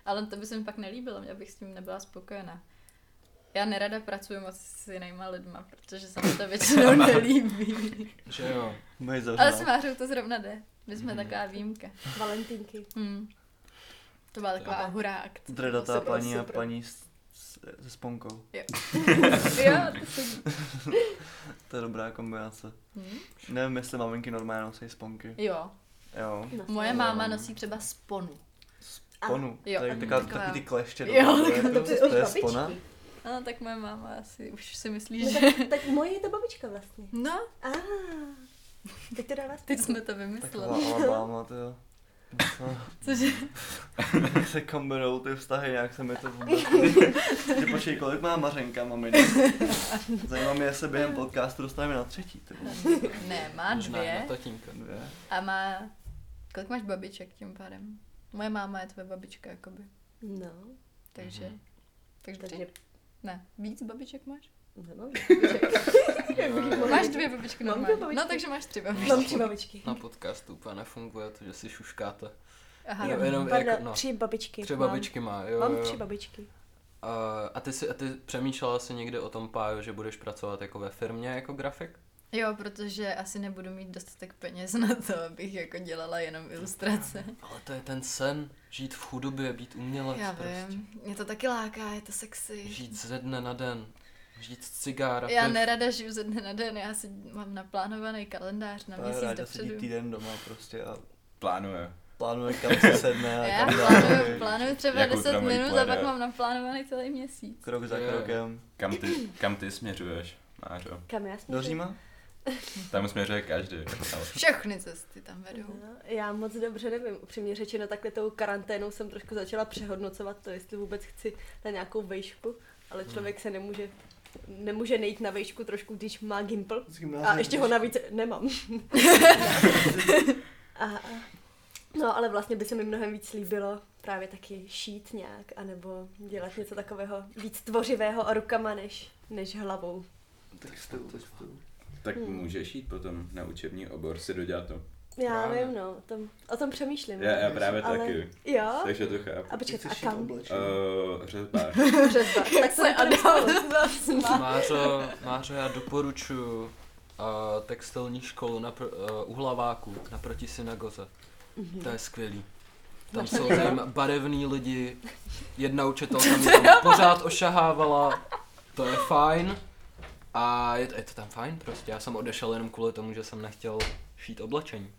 Speaker 3: Ale to by se mi pak nelíbilo, já bych s tím nebyla spokojená. Já nerada pracuji moc s jinýma lidma, protože se mi to většinou nelíbí.
Speaker 2: Že jo.
Speaker 4: Budeš
Speaker 3: Ale s
Speaker 4: zavřená.
Speaker 3: Mářou to zrovna jde. My jsme taková výjimka.
Speaker 5: Valentínky.
Speaker 3: Hmm. To byla taková hurá akce.
Speaker 4: Dredatá
Speaker 5: Super,
Speaker 4: paní a
Speaker 5: super.
Speaker 4: paní s- s- se sponkou.
Speaker 3: jo, to jsou...
Speaker 4: To je dobrá kombinace.
Speaker 3: hmm?
Speaker 4: Nevím, jestli maminky normálně nosí sponky.
Speaker 3: jo.
Speaker 4: Jo.
Speaker 5: No.
Speaker 3: Moje máma nosí třeba sponu.
Speaker 4: Sponu.
Speaker 3: Jo,
Speaker 4: to je
Speaker 3: mm,
Speaker 4: taková,
Speaker 3: taková-
Speaker 4: takový ty kleště.
Speaker 3: Jo,
Speaker 4: dole,
Speaker 3: taková
Speaker 4: to,
Speaker 5: to,
Speaker 4: je-
Speaker 5: to,
Speaker 4: to je spona.
Speaker 3: No, tak moje máma asi už si
Speaker 5: No,
Speaker 3: myslí, že...
Speaker 5: tak, tak moje je to babička vlastně.
Speaker 3: No,
Speaker 5: A teď to dává
Speaker 3: teď
Speaker 5: smysl.
Speaker 3: jsme to
Speaker 4: Taková
Speaker 3: vymysleli.
Speaker 4: Alabama, to jo.
Speaker 3: Cože?
Speaker 4: Jak se kombinou ty vztahy, nějak se mi to vůbec... Že počkej, kolik má Mařenka, mamina? Zajímá mě, jestli během podcastu dostaneme na třetí. Ty. vole.
Speaker 3: Ne, má
Speaker 2: Možná i na
Speaker 3: dvě
Speaker 2: tatínka.
Speaker 4: Dvě.
Speaker 3: a má... Kolik máš babiček tím pádem? Moje máma je tvoje babička, jakoby.
Speaker 5: No,
Speaker 3: Takže...
Speaker 2: Mhm.
Speaker 3: Takže tři?
Speaker 5: takže
Speaker 3: Ne, víc babiček máš?
Speaker 5: nemám.
Speaker 3: Máš dvě babičky
Speaker 5: Mám dvě
Speaker 3: normálně.
Speaker 5: babičky.
Speaker 3: No, takže máš tři
Speaker 5: Mám
Speaker 3: babičky.
Speaker 5: tři babičky.
Speaker 2: Na podcastu úplně nefunguje to, že si šuškáte.
Speaker 3: Aha,
Speaker 2: Jo, jenom
Speaker 5: Pardon,
Speaker 2: jako, no.
Speaker 5: tři babičky.
Speaker 2: Tři babičky má, jo.
Speaker 5: Mám,
Speaker 2: jo.
Speaker 5: mám tři babičky.
Speaker 2: A- a ty, si, a ty přemýšlela jsi někdy o tom, Pájo, že budeš pracovat jako ve firmě jako grafik?
Speaker 3: Jo, protože asi nebudu mít dostatek peněz na to, abych jako dělala jenom ilustrace.
Speaker 2: Ale to je ten sen, žít v chudobě, být umělec
Speaker 3: Já
Speaker 2: prostě.
Speaker 3: vím, mě to taky láká, je to sexy.
Speaker 2: Žít ze dne na den, žít z cigára.
Speaker 3: Já
Speaker 2: piv.
Speaker 3: nerada žiju ze dne na den, já si mám naplánovaný kalendář na
Speaker 4: Ta je
Speaker 3: měsíc
Speaker 4: ráda sedí
Speaker 3: dopředu.
Speaker 4: týden doma prostě a
Speaker 1: Plánuje.
Speaker 4: plánuje, kam se sedne
Speaker 3: A
Speaker 4: a
Speaker 3: Já
Speaker 4: kam
Speaker 3: plánuju,
Speaker 4: dá.
Speaker 2: Jako
Speaker 3: plánuju třeba
Speaker 1: Jakou
Speaker 3: 10
Speaker 1: tramvají
Speaker 3: minut a pak
Speaker 1: pojede?
Speaker 3: mám naplánovaný celý měsíc.
Speaker 4: Krok za
Speaker 2: Jo.
Speaker 4: krokem.
Speaker 1: Kam ty, kam ty směřuješ, Mářo?
Speaker 5: Kam já směřuji?
Speaker 4: Do Říma?
Speaker 1: Tam směřuje každý. ale-
Speaker 3: Všechny cesty tam vedou.
Speaker 5: No, já moc dobře nevím. Upřímně řečeno, takhle tou karanténou jsem trošku začala přehodnocovat to, jestli vůbec chci na nějakou vejšku, ale
Speaker 1: Mhm.
Speaker 5: člověk se nemůže nemůže nejít na vejšku trošku, když má gimpl. A ještě ho navíc nemám. a, a- no, ale vlastně by se mi mnohem víc líbilo právě taky šít nějak, anebo dělat něco takového víc tvořivého a rukama než, než hlavou.
Speaker 4: Tak s tou, tak s tou.
Speaker 1: Tak
Speaker 5: Hmm.
Speaker 1: můžeš jít potom na učební obor si dodělat to.
Speaker 5: Já
Speaker 2: Právě.
Speaker 5: vím, no, o tom, o tom přemýšlím.
Speaker 1: Já, já právě
Speaker 5: ale,
Speaker 1: taky.
Speaker 5: Jo?
Speaker 1: Takže to chápu.
Speaker 5: A počkat, a kam?
Speaker 2: Eh,
Speaker 1: Uh, řezbář.
Speaker 5: Přesba. Tak prostě- se Adam
Speaker 2: Mářo, Mářo, já doporučuji uh, textilní školu na pr- uh, u Hlaváku, naproti synagoze. To je skvělý.
Speaker 5: No.
Speaker 2: Tam jsou zajím barevní lidi, jedna učitelka mě tam pořád ošahávala, to je fajn. A je to, je to tam fajn prostě, já jsem odešel jenom kvůli tomu, že jsem nechtěl šít oblečení.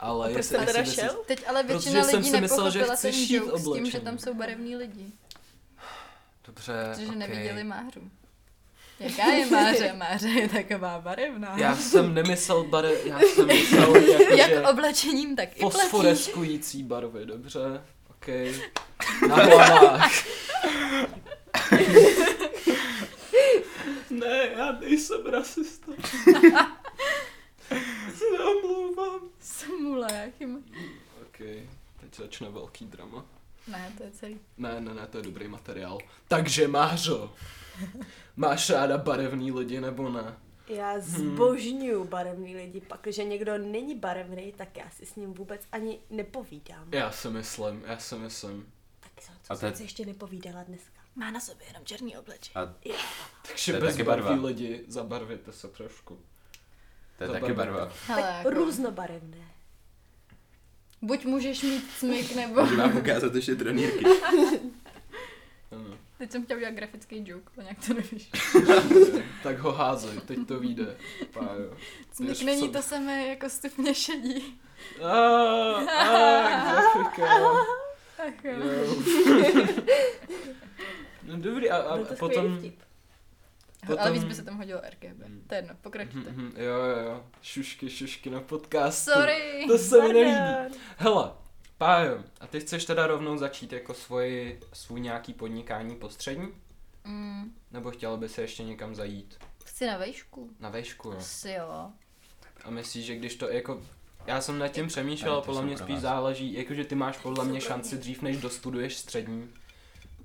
Speaker 2: Ale
Speaker 5: Proč jsem
Speaker 2: jestli,
Speaker 5: Prostě teda
Speaker 2: jestli, by si-
Speaker 5: šel?
Speaker 3: Teď ale
Speaker 2: Protože
Speaker 3: většina
Speaker 2: jsem
Speaker 3: lidí
Speaker 2: si myslel, že
Speaker 3: nepochopila
Speaker 2: chci
Speaker 3: ten
Speaker 2: šít
Speaker 3: joke s tím, že
Speaker 2: oblečení.
Speaker 3: tam jsou barevní lidi.
Speaker 2: Dobře,
Speaker 3: Protože
Speaker 2: okej.
Speaker 3: neviděli Mářu. Jaká je Máře? Máře je taková barevná.
Speaker 2: Já jsem nemyslel barev, já jsem myslel jako, že...
Speaker 3: Jak oblečením, tak i pletí.
Speaker 2: Fosforeskující barvy, dobře. OK. Na hlavách. ne, já nejsem rasista. Se omlouvám.
Speaker 3: Smula, jakým...
Speaker 2: OK, teď začne velký drama.
Speaker 3: Ne, to je celý.
Speaker 2: Ne, ne, ne, to je dobrý materiál. Takže Mářo, máš ráda barevný lidi nebo ne? Hmm.
Speaker 5: Já zbožňuju barevný lidi, pak když někdo není barevný, tak já si s ním vůbec ani nepovídám.
Speaker 2: Já si myslím, já si myslím.
Speaker 5: Tak co,
Speaker 1: A
Speaker 5: co
Speaker 1: to je-
Speaker 5: jsem si ještě nepovídala dneska.
Speaker 3: Má na sobě jenom černý oblečení.
Speaker 2: Takže
Speaker 1: To je
Speaker 2: bez
Speaker 1: taky
Speaker 2: barví
Speaker 1: barva.
Speaker 2: lidi zabarvíte se trošku.
Speaker 1: To je
Speaker 2: To
Speaker 1: taky
Speaker 2: barva.
Speaker 1: barva.
Speaker 3: Hele,
Speaker 5: tak
Speaker 3: jako,
Speaker 5: různobarevné.
Speaker 3: buď můžeš mít smyk, nebo...
Speaker 1: Můžu vám ukázat ještě trenýrky.
Speaker 2: Ano.
Speaker 3: Teď jsem chtěla udělat grafický joke, ale nějak to nevíš.
Speaker 2: tak ho házej, teď to vyjde. Pájo.
Speaker 3: Smyk
Speaker 2: Víš,
Speaker 3: není
Speaker 2: co-
Speaker 3: to samé jako stupně šedí.
Speaker 2: Ah, ah, grafika.
Speaker 3: Ach jo.
Speaker 2: Jo. No dobrý, a, a
Speaker 5: Byl to
Speaker 2: potom...
Speaker 5: skvělý vtip.
Speaker 3: Ale
Speaker 2: Potom-
Speaker 3: víc by se tam hodilo RGB. To je jedno, pokračujte.
Speaker 2: Mhm, mhm, Jo, jo, jo. Šušky, šušky na podcast.
Speaker 3: Sorry.
Speaker 2: To se mi nelíbí.
Speaker 5: Pardon.
Speaker 2: Hele, Pájo, a ty chceš teda rovnou začít jako svoji, svůj nějaký podnikání postřední?
Speaker 3: Mm,
Speaker 2: Nebo chtěla by se ještě někam zajít?
Speaker 3: chci na vejšku.
Speaker 2: Na vejšku, jo.
Speaker 3: Asi jo.
Speaker 2: A myslíš, že když to jako... Já jsem nad tím přemýšlel,
Speaker 1: Jako- Ale ty
Speaker 2: podle
Speaker 1: jsou
Speaker 2: mě
Speaker 1: pro
Speaker 2: spíš
Speaker 1: vás.
Speaker 2: záleží, jakože ty máš podle mě šanci dřív, než dostuduješ střední,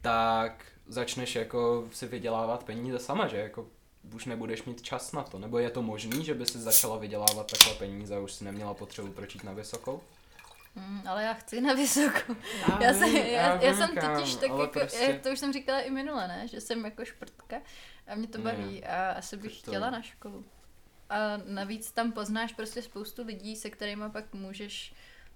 Speaker 2: tak začneš jako si vydělávat peníze sama, že jako už nebudeš mít čas na to. Nebo je to možný, že by si začala vydělávat takhle peníze a už si neměla potřebu pročít na vysokou?
Speaker 3: Mm, ale já chci na vysokou. Já, jsem, já, já,
Speaker 2: vím,
Speaker 3: jsem
Speaker 2: kámo,
Speaker 3: totiž tak
Speaker 2: ale
Speaker 3: jako,
Speaker 2: prostě-
Speaker 3: prostě... to už jsem říkala i minule, ne? Že jsem jako šprtka a mě to
Speaker 2: Mm.
Speaker 3: baví a asi bych
Speaker 2: Tak to-
Speaker 3: chtěla na školu. A navíc tam poznáš prostě spoustu lidí, se kterými pak můžeš...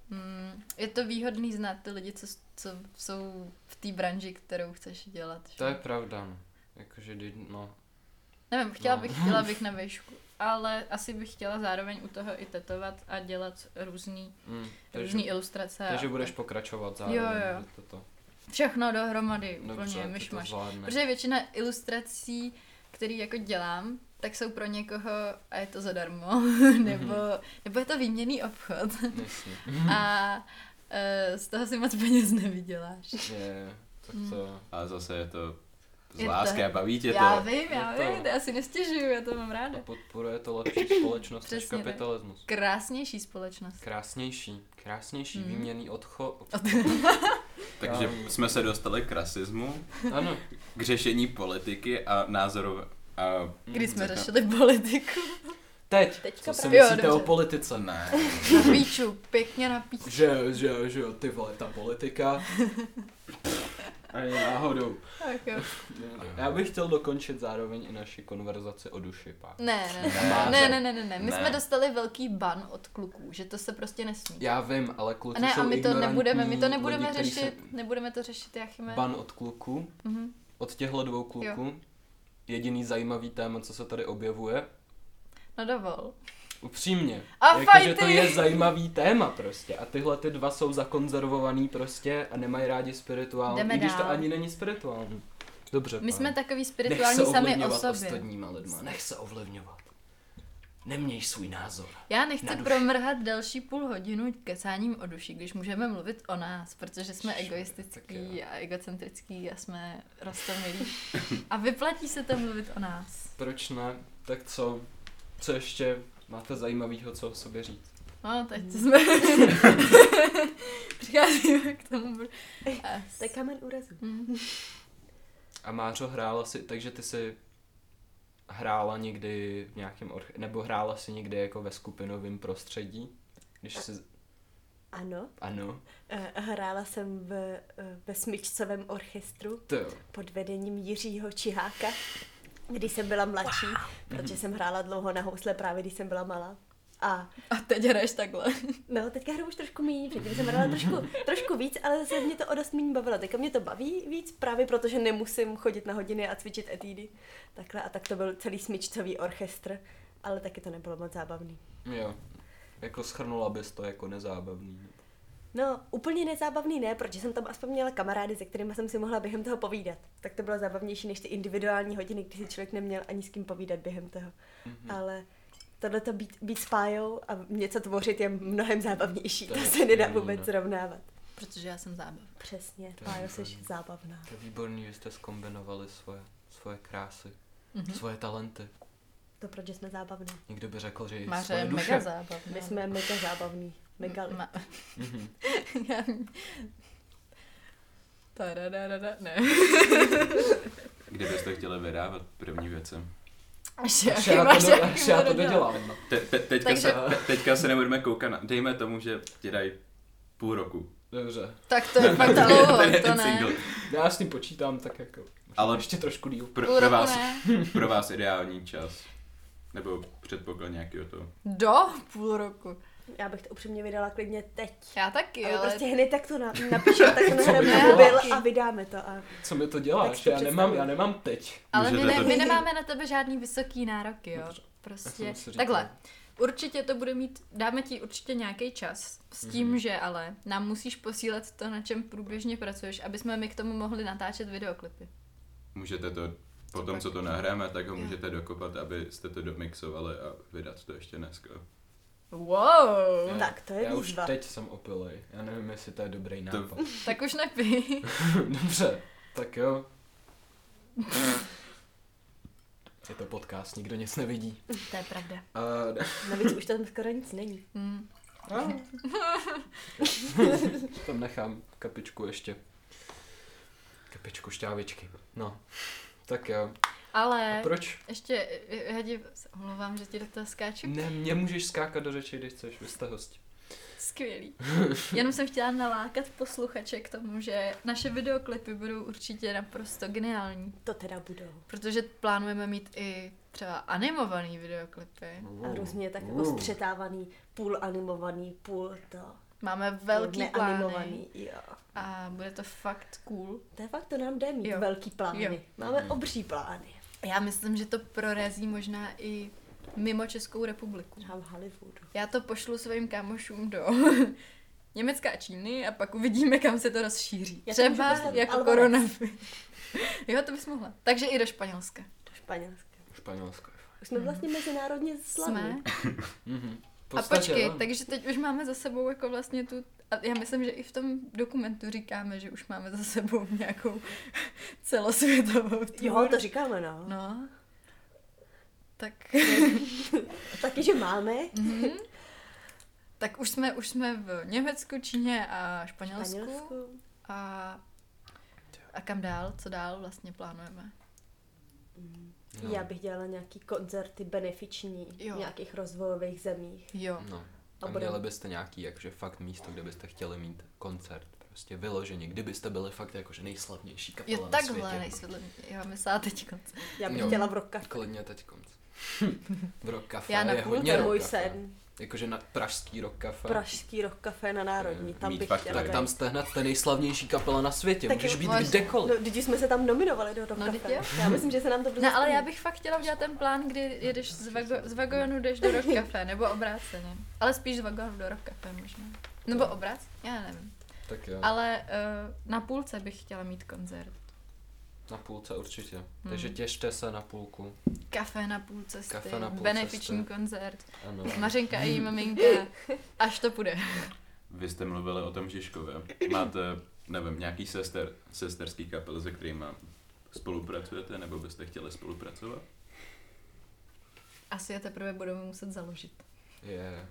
Speaker 3: Mm, je to výhodný znát ty lidi, co, co jsou v té branži, kterou chceš dělat. že?
Speaker 2: To je pravda, no. Jakože, kdy- no.
Speaker 3: Nevím, chtěla
Speaker 2: no.
Speaker 3: bych, chtěla bych na výšku. ale asi bych chtěla zároveň u toho i tetovat a dělat různý,
Speaker 2: Mm. Takže,
Speaker 3: různý ilustrace. a
Speaker 2: takže budeš
Speaker 3: tak.
Speaker 2: pokračovat zároveň.
Speaker 3: Jo, jo.
Speaker 2: že Toto.
Speaker 3: Všechno dohromady,
Speaker 2: Dobře,
Speaker 3: úplně
Speaker 2: ty to
Speaker 3: myšmaš.
Speaker 2: zvládneš.
Speaker 3: Protože většina ilustrací, které jako dělám, tak jsou pro někoho a je to zadarmo, nebo, nebo je to výměný obchod
Speaker 2: Jasně.
Speaker 3: a e, z toho si moc peněz nevyděláš.
Speaker 2: Je, tak
Speaker 3: Hmm.
Speaker 2: to...
Speaker 1: A zase je to z
Speaker 3: Je to-
Speaker 1: lásky a baví tě
Speaker 3: já
Speaker 1: to.
Speaker 3: vím, já
Speaker 2: je to-
Speaker 3: vím, to já si nestěžuju, já to mám ráda.
Speaker 2: A podporuje to lepší společnost než
Speaker 3: Přesně tak.
Speaker 2: kapitalismus.
Speaker 3: Krásnější společnost.
Speaker 2: Krásnější, krásnější
Speaker 3: Mhm.
Speaker 2: výměný odcho...
Speaker 1: Takže
Speaker 2: Já-
Speaker 1: jsme se dostali k rasismu,
Speaker 2: Ano,
Speaker 1: k řešení politiky a názorové. A
Speaker 3: Kdy jsme
Speaker 1: Co to?
Speaker 3: řešili politiku.
Speaker 2: teď, co
Speaker 5: Teďka
Speaker 2: si
Speaker 3: právě. Jo,
Speaker 2: myslíte o
Speaker 3: dobře.
Speaker 2: politice?
Speaker 1: ne.
Speaker 3: Na píču, pěkně na píču.
Speaker 2: Že jo, že jo, že jo, ty vole, ta politika. Ani náhodou.
Speaker 3: Tak jo.
Speaker 2: Já bych chtěl dokončit zároveň i naši konverzaci o duši pak.
Speaker 3: Ne, ne,
Speaker 1: Ne.
Speaker 3: ne, ne, ne, ne, ne. My
Speaker 1: Ne.
Speaker 3: jsme dostali velký ban od kluků, že to se prostě nesmí.
Speaker 2: Já vím, ale kluci
Speaker 3: A ne,
Speaker 2: jsou
Speaker 3: a my to
Speaker 2: ignorantní
Speaker 3: nebudeme, my to nebudeme
Speaker 2: lidi, kteří
Speaker 3: řešit, nebudeme to řešit, Jachime.
Speaker 2: Se... Ban od kluků.
Speaker 3: Mhm.
Speaker 2: Od těchto dvou kluků. Jediný zajímavý téma, co se tady objevuje.
Speaker 3: No dovol.
Speaker 2: Upřímně.
Speaker 3: A
Speaker 2: Jakože to
Speaker 3: fajty!
Speaker 2: je zajímavý téma prostě. A tyhle ty dva jsou zakonzervovaný prostě a nemají rádi spirituální.
Speaker 3: Jdeme
Speaker 2: I když to
Speaker 3: dál.
Speaker 2: ani není spirituální. Dobře.
Speaker 3: My
Speaker 2: fajn.
Speaker 3: jsme takový
Speaker 2: Nech se
Speaker 3: spirituální sami o
Speaker 2: ovlivňovat
Speaker 3: sobě.
Speaker 2: ostatníma lidma. Nech se ovlivňovat. Neměj svůj názor.
Speaker 3: Já
Speaker 2: na
Speaker 3: nechci
Speaker 2: duši.
Speaker 3: promrhat další půl hodinu kecáním o duši, když můžeme mluvit o nás, protože jsme
Speaker 2: tak
Speaker 3: egoistický
Speaker 2: jo.
Speaker 3: a egocentrický a jsme rostomilí. A vyplatí se to mluvit o nás.
Speaker 2: Proč ne? Tak co? Co ještě máte zajímavého, co o sobě říct?
Speaker 3: No,
Speaker 2: Hmm.
Speaker 3: teď co jsme... Přicházíme k tomu. A s-
Speaker 5: To je kámen úrazu.
Speaker 3: Mhm.
Speaker 2: A Mářo hrála si, takže ty si hrála někdy v nějakém, orch- nebo hrála si někdy jako ve skupinovém prostředí? Když si,
Speaker 5: Ano,
Speaker 2: ano,
Speaker 5: eh, hrála jsem v, eh, ve smyčcovém orchestru
Speaker 2: to jo.
Speaker 5: pod vedením Jiřího Čiháka, když jsem byla mladší, protože jsem hrála dlouho na housle právě, když jsem byla malá. A
Speaker 3: A teď hraješ takhle.
Speaker 5: no, teďka hru už trošku méně, předtím jsem hrála trošku, trošku víc, ale zase mě to o dost méně bavilo. Teďka mě to baví víc právě, protože nemusím chodit na hodiny a cvičit etídy. Takhle a tak to byl celý smyčcový orchestr, ale taky to nebylo moc zábavný.
Speaker 2: Jo. Jako schrnula bys to jako nezábavný.
Speaker 5: No, úplně nezábavný ne, protože jsem tam aspoň měla kamarády, se kterými jsem si mohla během toho povídat. Tak to bylo zábavnější než ty individuální hodiny, kdy si člověk neměl ani s kým povídat během toho. Mm-hmm. Ale tohle to být, být s pájou a něco tvořit je mnohem zábavnější.
Speaker 2: To
Speaker 5: To,
Speaker 2: je
Speaker 5: se nedá
Speaker 2: jiný,
Speaker 5: vůbec
Speaker 2: no.
Speaker 5: srovnávat.
Speaker 3: Protože já jsem zábav.
Speaker 5: Přesně,
Speaker 2: To je
Speaker 5: pájo, jsi
Speaker 2: výborný.
Speaker 5: zábavná.
Speaker 2: To je výborný, že jste skombinovali svoje, svoje krásy,
Speaker 5: Hm?
Speaker 2: mm-hmm. svoje talenty.
Speaker 5: To proč že jsme zábavní.
Speaker 2: Někdo by řekl, že i
Speaker 3: Máře
Speaker 2: svoje
Speaker 3: je
Speaker 2: duše.
Speaker 3: mega zábav.
Speaker 5: My jsme mega zábavní. Mega
Speaker 3: No. Ma...
Speaker 2: Mhm.
Speaker 3: Já... Tadadadada, ne.
Speaker 1: Kdybyste chtěli vydávat první věci.
Speaker 3: Až já,
Speaker 2: Až já,
Speaker 3: až
Speaker 2: to, do, až já to dodělám.
Speaker 1: Te, te, teďka,
Speaker 3: Takže-
Speaker 1: se, te, teďka se nebudeme koukat na... Dejme tomu, že ti dají půl roku.
Speaker 2: Dobře.
Speaker 3: Tak to je fakt dlouho,
Speaker 1: Ten
Speaker 3: to
Speaker 1: jeden
Speaker 3: ne.
Speaker 1: single.
Speaker 2: Já s tím počítám tak jako...
Speaker 1: Ale-
Speaker 2: Ještě trošku díl.
Speaker 3: Půl
Speaker 1: Pro, pro,
Speaker 3: roku
Speaker 1: vás,
Speaker 3: ne.
Speaker 1: pro vás ideální čas. Nebo předpoklad nějakého toho.
Speaker 3: Do půl roku.
Speaker 5: Já bych to upřímně vydala klidně teď.
Speaker 3: Já taky,
Speaker 5: Ale
Speaker 3: ale...
Speaker 5: prostě hned tak to na, napíšeme, tak to
Speaker 2: Co by
Speaker 5: nahrajeme
Speaker 2: to
Speaker 5: na mobil
Speaker 3: bylo?
Speaker 5: a vydáme to. A
Speaker 2: Co mi to
Speaker 5: Tak
Speaker 2: děláš?
Speaker 5: si to
Speaker 2: já nemám,
Speaker 5: představuji.
Speaker 2: já nemám teď.
Speaker 3: Ale my,
Speaker 1: Můžete
Speaker 3: ne,
Speaker 1: to-
Speaker 3: my nemáme na tebe žádný vysoký nároky, jo.
Speaker 2: Dobře. Já
Speaker 3: Prostě
Speaker 2: jsem si říkal.
Speaker 3: takhle. Určitě to bude mít, dáme ti určitě nějaký čas, s tím,
Speaker 2: Mhm.
Speaker 3: že ale nám musíš posílat to, na čem průběžně pracuješ, aby jsme my k tomu mohli natáčet videoklipy.
Speaker 1: Můžete to
Speaker 3: pak?
Speaker 1: potom, co to nahráme, tak ho
Speaker 3: Jo.
Speaker 1: můžete dokopat, abyste to domixovali a vydat to ještě dneska.
Speaker 3: Wow!
Speaker 2: Já-
Speaker 5: tak, to je
Speaker 2: Já už
Speaker 5: výzva.
Speaker 2: teď jsem opilej. Já nevím, jestli to je dobrý
Speaker 1: To-
Speaker 2: nápad.
Speaker 3: Tak už nepij.
Speaker 2: Dobře, tak jo. Je to podcast, nikdo nic nevidí.
Speaker 3: to je pravda.
Speaker 2: Uh,
Speaker 5: navíc už tam skoro nic není.
Speaker 3: Hmm.
Speaker 2: tam nechám kapičku ještě. Kapičku šťávičky. No, tak jo.
Speaker 3: Ale
Speaker 5: Eh.
Speaker 2: A proč?
Speaker 3: ještě, já ti se omlouvám, že ti do toho skáču.
Speaker 2: Ne, mě můžeš skákat do řeči, když chceš, vy jste hosti.
Speaker 3: Skvělý. Jenom jsem chtěla nalákat posluchače k tomu, že naše videoklipy budou určitě naprosto geniální.
Speaker 5: To teda budou.
Speaker 3: Protože plánujeme mít i třeba animovaný videoklipy.
Speaker 5: A různě tak jako střetávaný, půl animovaný, půl to.
Speaker 3: Máme velký
Speaker 5: půl
Speaker 3: plány
Speaker 5: neanimovaný, jo.
Speaker 3: a bude to fakt cool.
Speaker 5: To je fakt, to nám jde mít
Speaker 3: Jo.
Speaker 2: Mhm.
Speaker 5: velký plány.
Speaker 3: Jo.
Speaker 5: Máme obří plány.
Speaker 3: Já myslím, že to prorazí možná i mimo Českou republiku.
Speaker 5: Třeba v Hollywoodu.
Speaker 3: Já to pošlu svým kámošům do Německa a Číny a pak uvidíme, kam se to rozšíří.
Speaker 5: Já to můžu
Speaker 3: Třeba
Speaker 5: poslat
Speaker 3: jako
Speaker 5: Alvarez.
Speaker 3: koronavirus. jo, to bys mohla. Takže i do Španělska.
Speaker 5: Do Španělska.
Speaker 2: Španělsko.
Speaker 5: Už jsme vlastně mezinárodně
Speaker 3: Mhm. Jsme.
Speaker 5: slavní.
Speaker 2: Mhm. V
Speaker 3: A
Speaker 2: podstatě,
Speaker 3: počkej,
Speaker 2: no.
Speaker 3: takže teď už máme za sebou jako vlastně tu, a já myslím, že i v tom dokumentu říkáme, že už máme za sebou nějakou celosvětovou tour.
Speaker 5: Jo, to říkáme, no. no.
Speaker 3: No. Tak,
Speaker 5: Taky, že máme.
Speaker 3: mhm. tak už jsme, už jsme v Německu, Číně a Španělsku. Španělsku.
Speaker 5: Španělsku.
Speaker 3: A, a kam dál, co dál vlastně plánujeme?
Speaker 2: No.
Speaker 5: Já bych dělala nějaký koncerty benefiční
Speaker 3: Jo.
Speaker 5: v nějakých rozvojových zemích.
Speaker 3: Jo.
Speaker 2: No.
Speaker 5: A
Speaker 2: A
Speaker 5: budem-
Speaker 2: měli byste nějaký jakože fakt místo, kde byste chtěli mít koncert. Prostě vyloženě, kdybyste byli fakt jakože nejslavnější kapela
Speaker 3: Jo,
Speaker 2: na
Speaker 3: takhle
Speaker 2: světě.
Speaker 3: nejsvětlím. Já myslela teď konc.
Speaker 5: Já bych
Speaker 2: Jo.
Speaker 5: chtěla v roka.
Speaker 2: Klidně teď konc. v Rock Cafe
Speaker 3: Já na
Speaker 2: je
Speaker 3: půl,
Speaker 5: To
Speaker 2: hodně
Speaker 5: je
Speaker 2: rock
Speaker 5: můj
Speaker 2: cafe.
Speaker 5: sen.
Speaker 2: Jakože na pražský Rock Cafe.
Speaker 5: Pražský rock kafe na Národní.
Speaker 1: Eh,
Speaker 5: Tam
Speaker 1: mít
Speaker 5: bych
Speaker 1: fakt
Speaker 5: chtěla.
Speaker 2: Tak
Speaker 1: Dobré.
Speaker 2: tam jste hned ta nejslavnější kapela na světě,
Speaker 5: Tak
Speaker 2: můžeš
Speaker 5: jo,
Speaker 2: být
Speaker 3: vlastně.
Speaker 2: kdekoliv.
Speaker 5: No, když jsme se tam nominovali do rock
Speaker 3: No,
Speaker 5: kafe.
Speaker 3: vždyť jo.
Speaker 5: Já myslím, že se nám to bude
Speaker 3: No ale já
Speaker 5: splnit.
Speaker 3: bych fakt chtěla udělat ten plán, kdy jedeš z, vago- z vagónu, jdeš do rock café, nebo obráceně. Ale spíš z vagónu do rock café možná. Nebo obrác? Já nevím.
Speaker 2: Tak jo,
Speaker 3: Ale uh, na půlce bych chtěla mít koncert.
Speaker 2: na půlce určitě.
Speaker 3: Hmm.
Speaker 2: Takže těšte se na půlku.
Speaker 3: Kafe na půl cesty,
Speaker 2: Kafe na půl
Speaker 3: benefiční
Speaker 2: cesty.
Speaker 3: koncert,
Speaker 2: Ano.
Speaker 3: Mařenka a její maminka, až to půjde.
Speaker 1: Vy jste mluvili o tom Žižkově. Máte, nevím, nějaký sester, sesterský kapel, se kterými spolupracujete, nebo byste chtěli spolupracovat?
Speaker 3: Asi je teprve budeme muset založit.
Speaker 2: Je,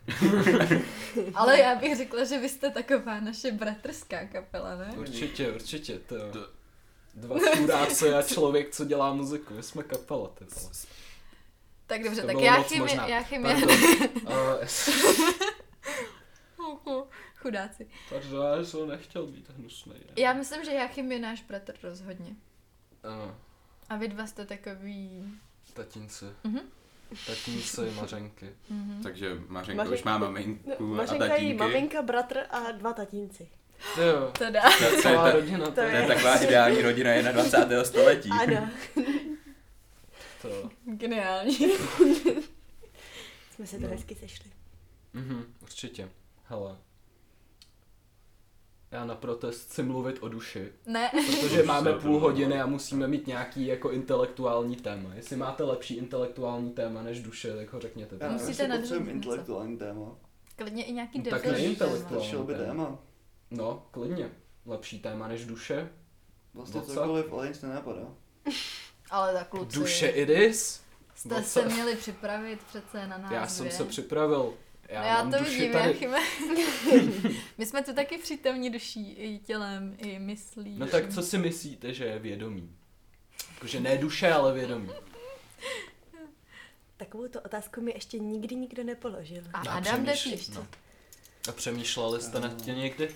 Speaker 3: Ale já bych řekla, že vy jste taková naše bratrská kapela, ne?
Speaker 2: určitě, určitě, to jo.
Speaker 1: To-
Speaker 2: Dva chudáce a člověk, co dělá muziku, my jsme kapela, ty vole.
Speaker 3: Tak dobře,
Speaker 2: To
Speaker 3: tak
Speaker 2: bylo
Speaker 3: já
Speaker 2: moc
Speaker 3: chybě,
Speaker 2: možná.
Speaker 3: já chybě.
Speaker 2: Pardon. Eh,
Speaker 3: Chudáci.
Speaker 2: Takže já jsem nechtěl být hnusný.
Speaker 3: Já myslím, že Jachim je náš bratr rozhodně.
Speaker 2: Ano,
Speaker 3: A vy dva jste takový...
Speaker 2: eh, tatínci.
Speaker 3: Mhm.
Speaker 2: Tatínci, mařenky.
Speaker 3: Mhm.
Speaker 1: Takže Mařenka
Speaker 5: Maře-
Speaker 1: už má
Speaker 5: No,
Speaker 1: maminku a
Speaker 5: Mařenka její
Speaker 1: tatínky.
Speaker 5: maminka, bratr a dva tatínci.
Speaker 2: To jo,
Speaker 3: Teda.
Speaker 1: To, to, je
Speaker 2: celá
Speaker 1: ta,
Speaker 2: rodina.
Speaker 5: to
Speaker 1: to je
Speaker 5: je-
Speaker 1: taková ideální rodina 21. století.
Speaker 5: Ano,
Speaker 2: To jo.
Speaker 3: Geniální.
Speaker 5: jsme se
Speaker 2: No.
Speaker 5: tu hezky sešli.
Speaker 2: Mhm, určitě. Hele. Já na protest chci mluvit o duši,
Speaker 3: Ne.
Speaker 2: protože máme půl hodiny a musíme mít nějaký jako intelektuální téma. Jestli máte lepší intelektuální téma než duše, tak ho řekněte.
Speaker 4: Já
Speaker 2: Tam.
Speaker 3: Musíte
Speaker 4: Musíte
Speaker 3: nadřezat
Speaker 4: nadřít
Speaker 3: něco.
Speaker 4: intelektuální téma.
Speaker 3: Klidně i nějaký
Speaker 2: No tak
Speaker 3: debilní
Speaker 2: neintelektuální.
Speaker 3: téma.
Speaker 4: Slyšel by
Speaker 2: téma.
Speaker 4: téma.
Speaker 2: No, klidně. Lepší téma než duše.
Speaker 4: Vlastně
Speaker 2: No co?
Speaker 4: cokoliv, ale nic nenapadá.
Speaker 3: Ale tak kluci.
Speaker 2: Duše Iris?
Speaker 3: Jste
Speaker 2: Voce.
Speaker 3: se měli připravit přece na nás
Speaker 2: Já jsem se připravil. Já,
Speaker 3: No Já, já
Speaker 2: mám
Speaker 3: to
Speaker 2: duši
Speaker 3: vidím,
Speaker 2: tady.
Speaker 3: Jachime. My jsme tu taky přítomní duší, i tělem, i myslí.
Speaker 2: No tak co si myslíte, že je vědomí? Jakože ne duše, ale vědomí.
Speaker 5: Takovou to otázku mi ještě nikdy nikdo nepoložil.
Speaker 3: A
Speaker 2: No,
Speaker 3: Adam
Speaker 2: přemýšlí,
Speaker 3: Defíš, co?
Speaker 2: no. A přemýšleli jste nad tím někdy?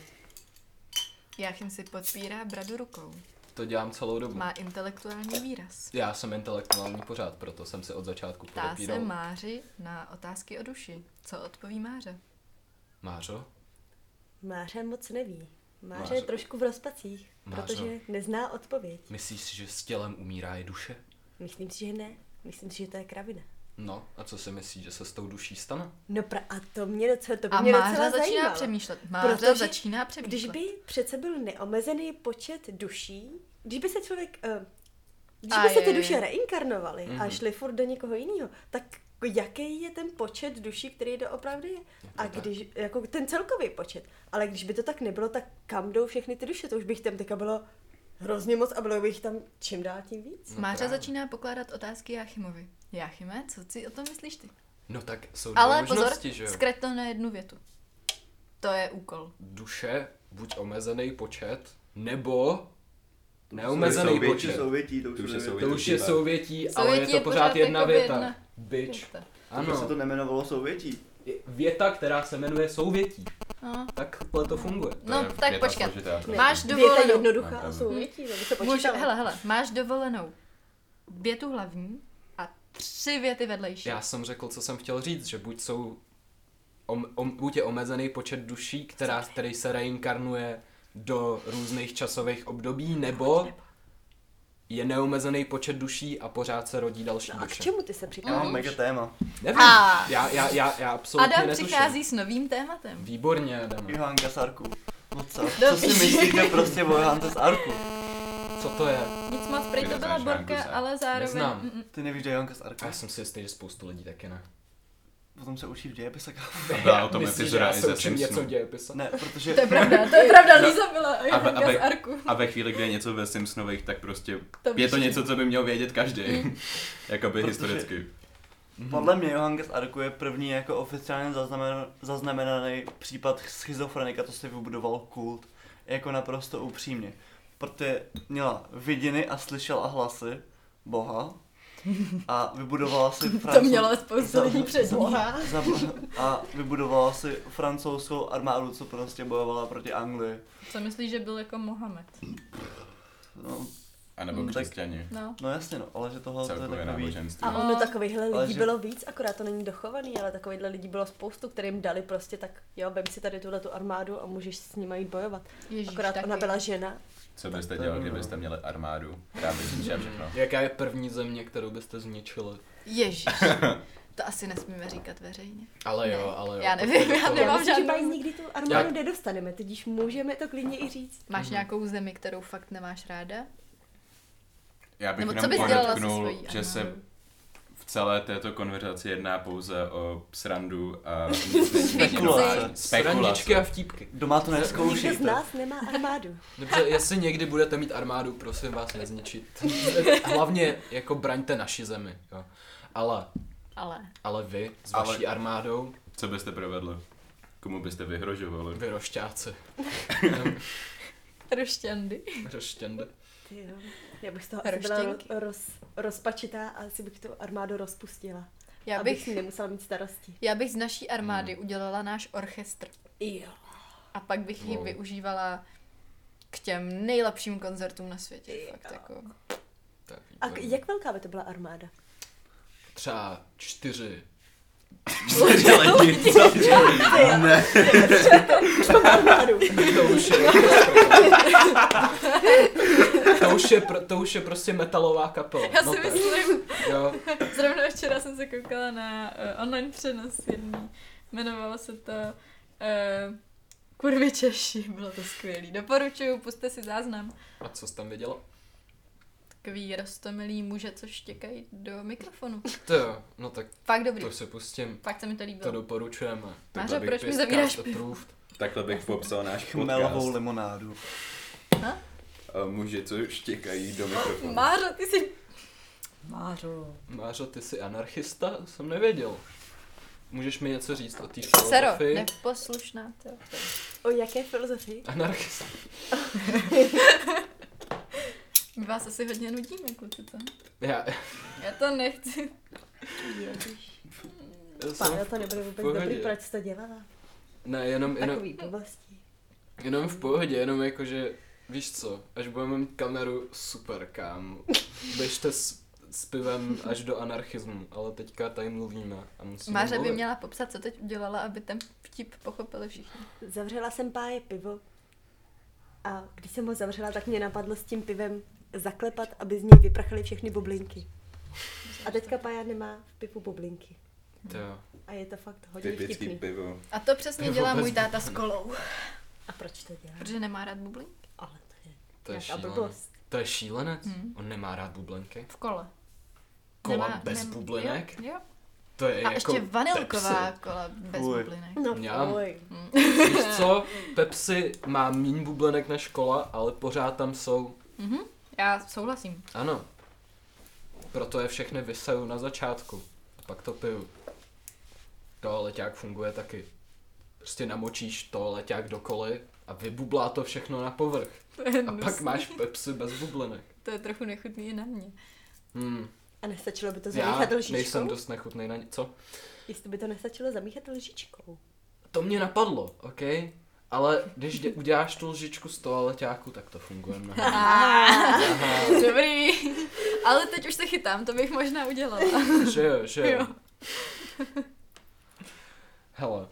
Speaker 3: Jachim si podpírá bradu rukou.
Speaker 2: To dělám celou dobu.
Speaker 3: Má intelektuální výraz.
Speaker 2: Já jsem intelektuální pořád, proto jsem se od začátku
Speaker 3: Ptá se
Speaker 2: podepíral. Má...
Speaker 3: Máři na otázky o duši. Co odpoví Máře?
Speaker 2: Mářo?
Speaker 5: Máře moc neví. Máře,
Speaker 2: Máře.
Speaker 5: je trošku v rozpacích,
Speaker 2: Mářo.
Speaker 5: protože nezná odpověď.
Speaker 2: Myslíš si, že s tělem umírá i duše?
Speaker 5: Myslím si, že ne. Myslím si, že to je kravina.
Speaker 2: No, a co si myslíš, že se s tou duší stane?
Speaker 5: No pra, a to mě docela, to by
Speaker 3: A
Speaker 5: mě
Speaker 3: Mářa
Speaker 5: docela
Speaker 3: začíná
Speaker 5: zajímalo.
Speaker 3: přemýšlet. Mářa
Speaker 5: Protože
Speaker 3: začíná přemýšlet.
Speaker 5: Když by přece byl neomezený počet duší, když by se člověk, eh, když by
Speaker 3: Aj,
Speaker 5: se ty
Speaker 3: aj,
Speaker 5: duše
Speaker 3: aj.
Speaker 5: reinkarnovaly a
Speaker 2: Mhm.
Speaker 5: šly furt do někoho jiného, tak jaký je ten počet duší, který doopravdy je? A
Speaker 2: tak.
Speaker 5: když, jako ten celkový počet. Ale když by to tak nebylo, tak kam jdou všechny ty duše? To už bych tam teďka bylo hrozně moc a bylo bych tam čím dál tím víc.
Speaker 2: No
Speaker 3: Mářa
Speaker 2: právě.
Speaker 3: začíná pokládat otázky Jáchymovi. Jáchyme, co si o tom myslíš ty?
Speaker 2: No tak jsou dvě
Speaker 3: Ale pozor,
Speaker 2: možnosti, že jo?
Speaker 3: zkrať to na jednu větu. To je úkol.
Speaker 2: Duše, buď omezený počet, nebo
Speaker 1: jsou
Speaker 2: neomezený
Speaker 1: větší,
Speaker 2: počet.
Speaker 4: souvětí, to
Speaker 1: To už
Speaker 4: už
Speaker 1: je
Speaker 4: je
Speaker 1: souvětí.
Speaker 2: To už je
Speaker 1: Souvětí
Speaker 2: souvětí, ale je
Speaker 3: Souvětí
Speaker 2: to
Speaker 3: je
Speaker 2: pořád
Speaker 3: pořád
Speaker 2: jedna
Speaker 3: jako
Speaker 2: věta.
Speaker 3: jedna
Speaker 2: Bitch.
Speaker 4: Ano. Prostě se to
Speaker 2: Ano.
Speaker 4: nemenovalo souvětí.
Speaker 2: Věta, která se jmenuje souvětí.
Speaker 3: No,
Speaker 2: Takhle to funguje.
Speaker 3: no
Speaker 1: To je
Speaker 3: tak
Speaker 1: věta
Speaker 3: počkat.
Speaker 1: složitá.
Speaker 5: Ne,
Speaker 3: Máš
Speaker 5: Věta
Speaker 3: dovolenou.
Speaker 5: jednoduchá
Speaker 1: Ano.
Speaker 5: a souvětí, to by se
Speaker 3: Můž,
Speaker 5: počítalo.
Speaker 3: hele, hele, máš dovolenou větu hlavní a tři věty vedlejší.
Speaker 2: Já jsem řekl, co jsem chtěl říct, že buď jsou om, om, buď je omezený počet duší, která, který
Speaker 3: Jako
Speaker 2: se reinkarnuje do různých časových období, nebo je neomezený počet duší a pořád se rodí další
Speaker 5: No a k
Speaker 2: duše.
Speaker 5: čemu ty
Speaker 4: Já
Speaker 5: se
Speaker 4: mám
Speaker 3: Mhm.
Speaker 5: připravíš?
Speaker 4: mega téma.
Speaker 2: Nevím,
Speaker 3: A.
Speaker 2: já, já, já, já absolutně
Speaker 3: Adam
Speaker 2: netuším.
Speaker 3: přichází s novým tématem.
Speaker 2: Výborně, Adam.
Speaker 4: Johánka z Arku. No co? Co
Speaker 3: Dobrý.
Speaker 4: si myslíte prostě o Johánce z Arku?
Speaker 2: Co to je?
Speaker 3: Nic moc, prej to byla
Speaker 1: Neznáš
Speaker 3: Borka,
Speaker 1: Jankusa?
Speaker 3: ale zároveň...
Speaker 2: Neznám.
Speaker 3: Mm, mm.
Speaker 4: Ty nevíš, kde je Johanka z Arku?
Speaker 2: Já jsem si jistý, že spoustu lidí taky ne.
Speaker 4: Potom se učí v dějepise, kámo.
Speaker 1: A byla o tom
Speaker 2: Myslíš, že
Speaker 1: epizoda
Speaker 2: já
Speaker 1: i
Speaker 2: se
Speaker 1: ze
Speaker 2: učím něco
Speaker 1: Simpsonů.
Speaker 2: v dějepisu?
Speaker 4: Ne, protože...
Speaker 3: To je pravda,
Speaker 6: To je pravda,
Speaker 1: No.
Speaker 6: Líza byla a
Speaker 1: A ve- a
Speaker 6: Janka
Speaker 1: ve-
Speaker 6: z Arku.
Speaker 1: A ve chvíli, kdy je něco ve Simpsonových, tak prostě
Speaker 3: To
Speaker 1: je
Speaker 3: víš,
Speaker 1: to
Speaker 3: že-
Speaker 1: něco, co by měl vědět každý. Jakoby
Speaker 4: Protože-
Speaker 1: historicky.
Speaker 4: Podle mě Johanka z Arku je první jako oficiálně zaznamen- zaznamenaný případ schizofrenika, to si vybudoval kult, jako naprosto upřímně. Protože měla vidiny a slyšela hlasy Boha a vybudovala si
Speaker 3: To
Speaker 4: francouz-
Speaker 3: mělo spoustu
Speaker 4: za-
Speaker 3: lidí před ní.
Speaker 4: za- a vybudovala si francouzskou armádu, co prostě bojovala proti Anglii.
Speaker 3: Co myslíš, že byl jako Mohamed?
Speaker 4: No,
Speaker 1: A nebo
Speaker 4: Mm, tak-
Speaker 1: křesťani.
Speaker 3: No.
Speaker 4: no jasně no, ale že tohle to je
Speaker 1: Celkově
Speaker 4: takový...
Speaker 1: náboženství.
Speaker 5: A ono takovýchhle
Speaker 4: Ale
Speaker 5: lidí
Speaker 4: že-
Speaker 5: bylo víc, akorát to není dochovaný, ale takovýchhle lidí bylo spoustu, kterým dali prostě tak, jo, vem si tady tuhle tu armádu a můžeš s nima jít bojovat.
Speaker 3: Ježíš,
Speaker 5: Akorát
Speaker 3: taky.
Speaker 5: ona byla žena.
Speaker 1: Co byste dělali, kdybyste měli armádu, která by zničila všechno?
Speaker 2: Jaká je první země, kterou byste zničili?
Speaker 3: Ježíš. To asi nesmíme říkat veřejně.
Speaker 2: Ale jo,
Speaker 3: Ne,
Speaker 2: ale jo.
Speaker 3: já
Speaker 2: tak-
Speaker 3: nevím, já
Speaker 2: to-
Speaker 3: nemám
Speaker 5: Já myslím, že
Speaker 3: žádnou-
Speaker 5: mají nikdy tu armádu nedostaneme, tudíž můžeme to klidně i říct.
Speaker 3: Máš
Speaker 4: Mhm.
Speaker 3: nějakou zemi, kterou fakt nemáš ráda?
Speaker 1: Já bych
Speaker 3: Nebo co
Speaker 1: jenom
Speaker 3: bys dělala se
Speaker 1: podotknul,
Speaker 3: svojí
Speaker 1: že se
Speaker 3: armádou?
Speaker 1: v celé této konverzaci jedná pouze o srandu a
Speaker 4: Spekulace.
Speaker 2: Srandičky a
Speaker 1: spekulace.
Speaker 2: vtípky.
Speaker 4: Doma to
Speaker 5: Nikdo z
Speaker 4: neskoušíte.
Speaker 5: nás nemá armádu.
Speaker 2: Dobře, jestli někdy budete mít armádu, prosím vás nezničit. Hlavně jako braňte naši zemi, jo. Ale,
Speaker 3: Ale.
Speaker 2: ale vy s
Speaker 1: Ale-
Speaker 2: vaší armádou,
Speaker 1: Co byste provedli? Komu byste vyhrožovali?
Speaker 2: vy rošťáci.
Speaker 3: Rošťandy.
Speaker 2: Roštěnde.
Speaker 5: Ty jo. Já bych z toho asi byla
Speaker 3: Roštěnky.
Speaker 5: ro- roz, rozpačitá a asi bych tu armádu rozpustila.
Speaker 3: Já
Speaker 5: abych
Speaker 3: bych,
Speaker 5: si nemusela mít starosti.
Speaker 3: já bych z naší armády
Speaker 4: Mhm.
Speaker 3: udělala náš orchestr.
Speaker 5: Jo.
Speaker 3: A pak bych ji
Speaker 2: Wow.
Speaker 3: využívala k těm nejlepším koncertům na světě. Fakt jako.
Speaker 2: To je
Speaker 5: A k-
Speaker 2: výborný.
Speaker 5: jak velká by to byla armáda?
Speaker 2: Třeba čtyři.
Speaker 1: lidi, co? Ne.
Speaker 5: Armádu.
Speaker 2: To už je, to už je, pro, to už je prostě metalová kapela.
Speaker 3: Já si
Speaker 2: No tak,
Speaker 3: myslím,
Speaker 2: Jo,
Speaker 3: Zrovna včera jsem se koukala na uh, online přenos jedný. Jmenovalo se to uh, Kurvy Češi. Bylo to skvělý. Doporučuju, puste si záznam.
Speaker 2: a co jsi tam viděla?
Speaker 3: Takový rostomilý muže, co štěkají do mikrofonu.
Speaker 2: To jo, no tak
Speaker 3: Fakt dobrý.
Speaker 2: to si pustím.
Speaker 3: Fakt se mi to
Speaker 2: To
Speaker 3: líbilo.
Speaker 2: doporučujeme.
Speaker 3: Mářo,
Speaker 2: Tohle bych
Speaker 3: proč mi
Speaker 2: pěstká
Speaker 3: zavíráš pivo?
Speaker 2: approved.
Speaker 1: Takhle bych popsal náš
Speaker 4: Chmelovou
Speaker 1: podcast.
Speaker 4: limonádu.
Speaker 1: A Muži, co štěkají do mikrofonu.
Speaker 3: Máro, ty jsi...
Speaker 6: Mářo.
Speaker 2: Mářo, ty jsi anarchista? Jsem nevěděl. Můžeš mi něco říct o té
Speaker 3: Sero,
Speaker 2: filozofii?
Speaker 3: neposlušná. To, to.
Speaker 5: O jaké filozofii?
Speaker 2: Anarchista.
Speaker 3: My vás asi hodně nudíme, kluci, to.
Speaker 2: Já,
Speaker 3: Já to nechci.
Speaker 5: Ježiš.
Speaker 2: já jsem,
Speaker 5: Pána, to nebude vůbec
Speaker 2: pohodě.
Speaker 5: dobrý, proč jsi to dělala?
Speaker 2: ne, jenom, jenom,
Speaker 5: Takový blbosti.
Speaker 2: jenom v pohodě, jenom jakože, víš co, až budeme mít kameru, super kam. Běžte s, s pivem až do anarchismu, ale teďka tady mluvíme a musíme
Speaker 3: Máře by
Speaker 2: mluvit.
Speaker 3: měla popsat, co teď udělala, aby ten vtip pochopili všichni.
Speaker 5: Zavřela jsem páje pivo a když jsem ho zavřela, tak mě napadlo s tím pivem zaklepat, aby z něj vyprchaly všechny bublinky. A teďka pája nemá v pivu bublinky.
Speaker 2: To jo.
Speaker 5: A je to fakt hodně
Speaker 1: Typický
Speaker 5: vtipný.
Speaker 1: pivo.
Speaker 3: A to přesně
Speaker 2: To
Speaker 3: dělá
Speaker 2: vůbec
Speaker 3: můj táta s kolou.
Speaker 5: A proč to dělá?
Speaker 3: Protože nemá rád bublinky.
Speaker 5: Ale to je
Speaker 2: To je
Speaker 5: nějaká
Speaker 2: šílené.
Speaker 5: blbost.
Speaker 2: To je šílenec?
Speaker 3: Hmm.
Speaker 2: On nemá rád bublenky?
Speaker 3: V kole.
Speaker 2: Kola bez bublinek?
Speaker 3: Jo, jo.
Speaker 2: To je
Speaker 3: A
Speaker 2: jako
Speaker 3: ještě vanilková
Speaker 2: Pepsi.
Speaker 3: kola bez
Speaker 4: Fuj.
Speaker 3: bublinek.
Speaker 5: No
Speaker 2: Mňam.
Speaker 5: fuj.
Speaker 2: Víš co? Pepsi má míň bublenek než kola, ale pořád tam jsou.
Speaker 3: Mhm. Já souhlasím.
Speaker 2: Ano. Proto je všechny vyseju na začátku. A pak to piju. To leťák funguje taky. Prostě namočíš to leťák do koly a vybublá to všechno na povrch.
Speaker 3: To je,
Speaker 2: A pak máš Pepsi bez bublinek.
Speaker 3: to je trochu nechutný i na mě.
Speaker 2: Hmm.
Speaker 5: A nestačilo by to
Speaker 2: Já
Speaker 5: zamíchat lžičkou?
Speaker 2: nejsem dost nechutnej na ně. Co?
Speaker 5: Jestli by to nestačilo zamíchat lžičkou.
Speaker 2: To mě napadlo, OK? Ale když dě- uděláš tu lžičku z toaleťáku, tak to funguje mnohem.
Speaker 3: Dobrý. Ale teď už se chytám, to bych možná udělala.
Speaker 2: Že jo, že jo.
Speaker 3: Jo.
Speaker 2: Hele.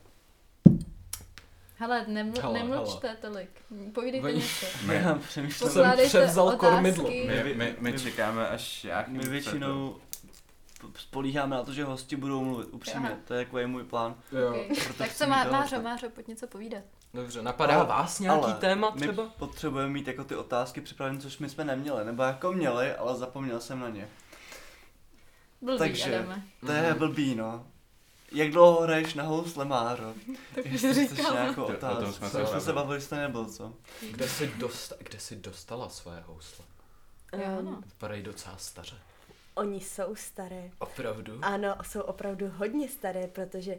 Speaker 3: Hele, neml-
Speaker 2: Hele,
Speaker 3: nemlčte tolik. Povídejte
Speaker 2: Oni-
Speaker 3: něco.
Speaker 1: My,
Speaker 4: Já přemýšlím.
Speaker 2: Jsem
Speaker 3: Pokládejte
Speaker 2: převzal
Speaker 3: otázky.
Speaker 2: kormidlo.
Speaker 1: my, my, my čekáme, až já
Speaker 4: My většinou p- spolíháme na to, že hosti budou mluvit, upřímně.
Speaker 3: Aha.
Speaker 4: To je takový můj plán.
Speaker 2: Jo.
Speaker 3: Okay.
Speaker 4: proto
Speaker 3: Tak
Speaker 4: chci
Speaker 3: co
Speaker 4: mít
Speaker 3: má,
Speaker 4: dál
Speaker 3: Mářo,
Speaker 4: tak.
Speaker 3: Mářo, pojď něco povídat.
Speaker 2: Dobře, napadá
Speaker 4: Ale-
Speaker 2: vás nějaký téma
Speaker 4: my
Speaker 2: třeba?
Speaker 4: potřebujeme mít jako ty otázky připravené, což my jsme neměli, nebo jako měli, ale zapomněl jsem na ně.
Speaker 3: Blbý,
Speaker 4: Takže-
Speaker 3: Adame.
Speaker 4: To
Speaker 1: Mhm.
Speaker 4: je blbý, no. Jak dlouho hraješ na housle, Máro?
Speaker 3: To už
Speaker 4: Jestli chceš
Speaker 3: říkám.
Speaker 5: jako
Speaker 4: nějakou
Speaker 1: To- o tom
Speaker 4: otázku.
Speaker 1: jsme se
Speaker 4: To jsme se
Speaker 1: bavili.
Speaker 4: bavili, jste nebyl, co?
Speaker 2: Kde jsi, dosta- kde jsi dostala své housle?
Speaker 3: Jo,
Speaker 5: Um,
Speaker 3: no.
Speaker 2: Vypadají docela staře.
Speaker 5: Oni jsou staré.
Speaker 2: Opravdu?
Speaker 5: Ano, jsou opravdu hodně staré, protože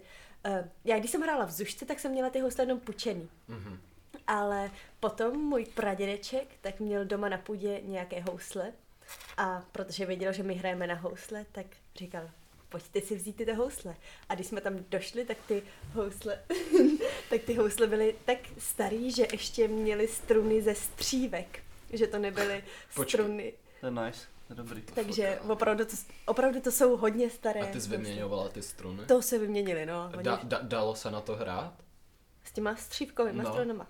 Speaker 5: uh, já když jsem hrála v Zušce, tak jsem měla ty housle jenom pučený.
Speaker 2: Mhm.
Speaker 5: Ale potom můj pradědeček tak měl doma na půdě nějaké housle a protože věděl, že my hrajeme na housle, tak říkal, pojďte si vzít tyto housle. A když jsme tam došli, tak ty housle, tak ty housle byly tak starý, že ještě měly struny ze střívek. Že to nebyly
Speaker 2: Počkej.
Speaker 5: struny.
Speaker 4: To je nice, to je dobrý.
Speaker 5: Takže opravdu to, opravdu to jsou hodně staré.
Speaker 2: A ty jsi vyměňovala ty struny?
Speaker 5: To se vyměnili, no. Oni
Speaker 2: Da,
Speaker 5: už-
Speaker 2: da, dalo se na to hrát?
Speaker 5: S těma střívkovými
Speaker 2: No.
Speaker 5: no. stranama.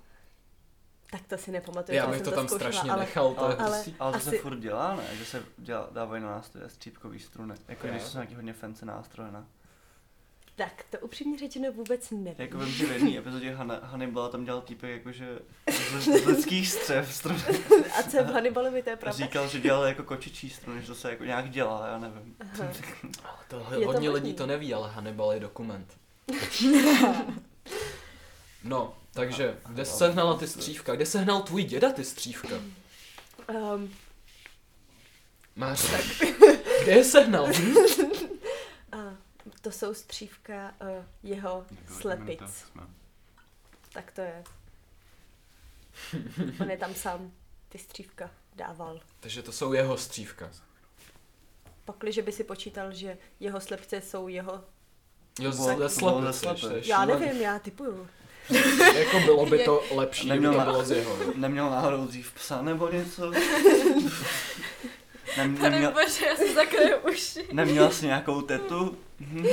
Speaker 5: Tak to si nepamatuju.
Speaker 2: Já
Speaker 5: že
Speaker 2: bych
Speaker 5: jsem
Speaker 2: to tam
Speaker 5: zkoušela,
Speaker 2: strašně
Speaker 5: ale
Speaker 2: nechal, to je
Speaker 4: ale-
Speaker 2: prostě...
Speaker 4: Ale to se
Speaker 5: Asi-
Speaker 4: furt dělá, ne? Že se dělá, dávají na nástroje střípkový struny. Jako
Speaker 2: Jo.
Speaker 4: když jsou nějaký hodně fancy nástroje, ne?
Speaker 5: Tak to upřímně řečeno vůbec nevím.
Speaker 4: Jako vím, že v jedné epizodě Hana- Hannibala tam dělal týpek jakože z, z lidských střev struny.
Speaker 5: A co je v Hannibalovi, to je pravda.
Speaker 4: Říkal, že dělal jako kočičí struny, že to se jako nějak dělá, já nevím.
Speaker 5: Aha.
Speaker 2: Ale to ho-
Speaker 5: Je to
Speaker 2: hodně
Speaker 5: možný.
Speaker 2: lidí to neví, ale Hannibal je dokument. No, takže, kde jsi sehnala ty střívka? Kde sehnal tvůj děda ty střívka?
Speaker 5: Um,
Speaker 2: Máš tak. Kde je sehnal? Hm?
Speaker 5: a to jsou střívka uh, jeho
Speaker 1: Jako
Speaker 5: slepic. Tak to je. On je tam sám ty střívka dával.
Speaker 2: Takže to jsou jeho střívka.
Speaker 5: Pakliže by si počítal, že jeho slepce jsou jeho...
Speaker 2: Jo,
Speaker 4: To bylo-
Speaker 2: ze
Speaker 4: to bylo ze slepy.
Speaker 2: slepy. slyšíš?
Speaker 5: Já
Speaker 2: Šílený.
Speaker 5: nevím, já typuju.
Speaker 2: Jako bylo by to lepší, kdyby
Speaker 4: Neměl
Speaker 2: to
Speaker 4: na-
Speaker 2: bylo z jeho.
Speaker 4: Neměl náhodou dřív psa nebo něco? Nem,
Speaker 3: Pane
Speaker 4: neměl,
Speaker 3: bože, já si zakryju uši.
Speaker 4: neměl jsi nějakou tetu? Mhm.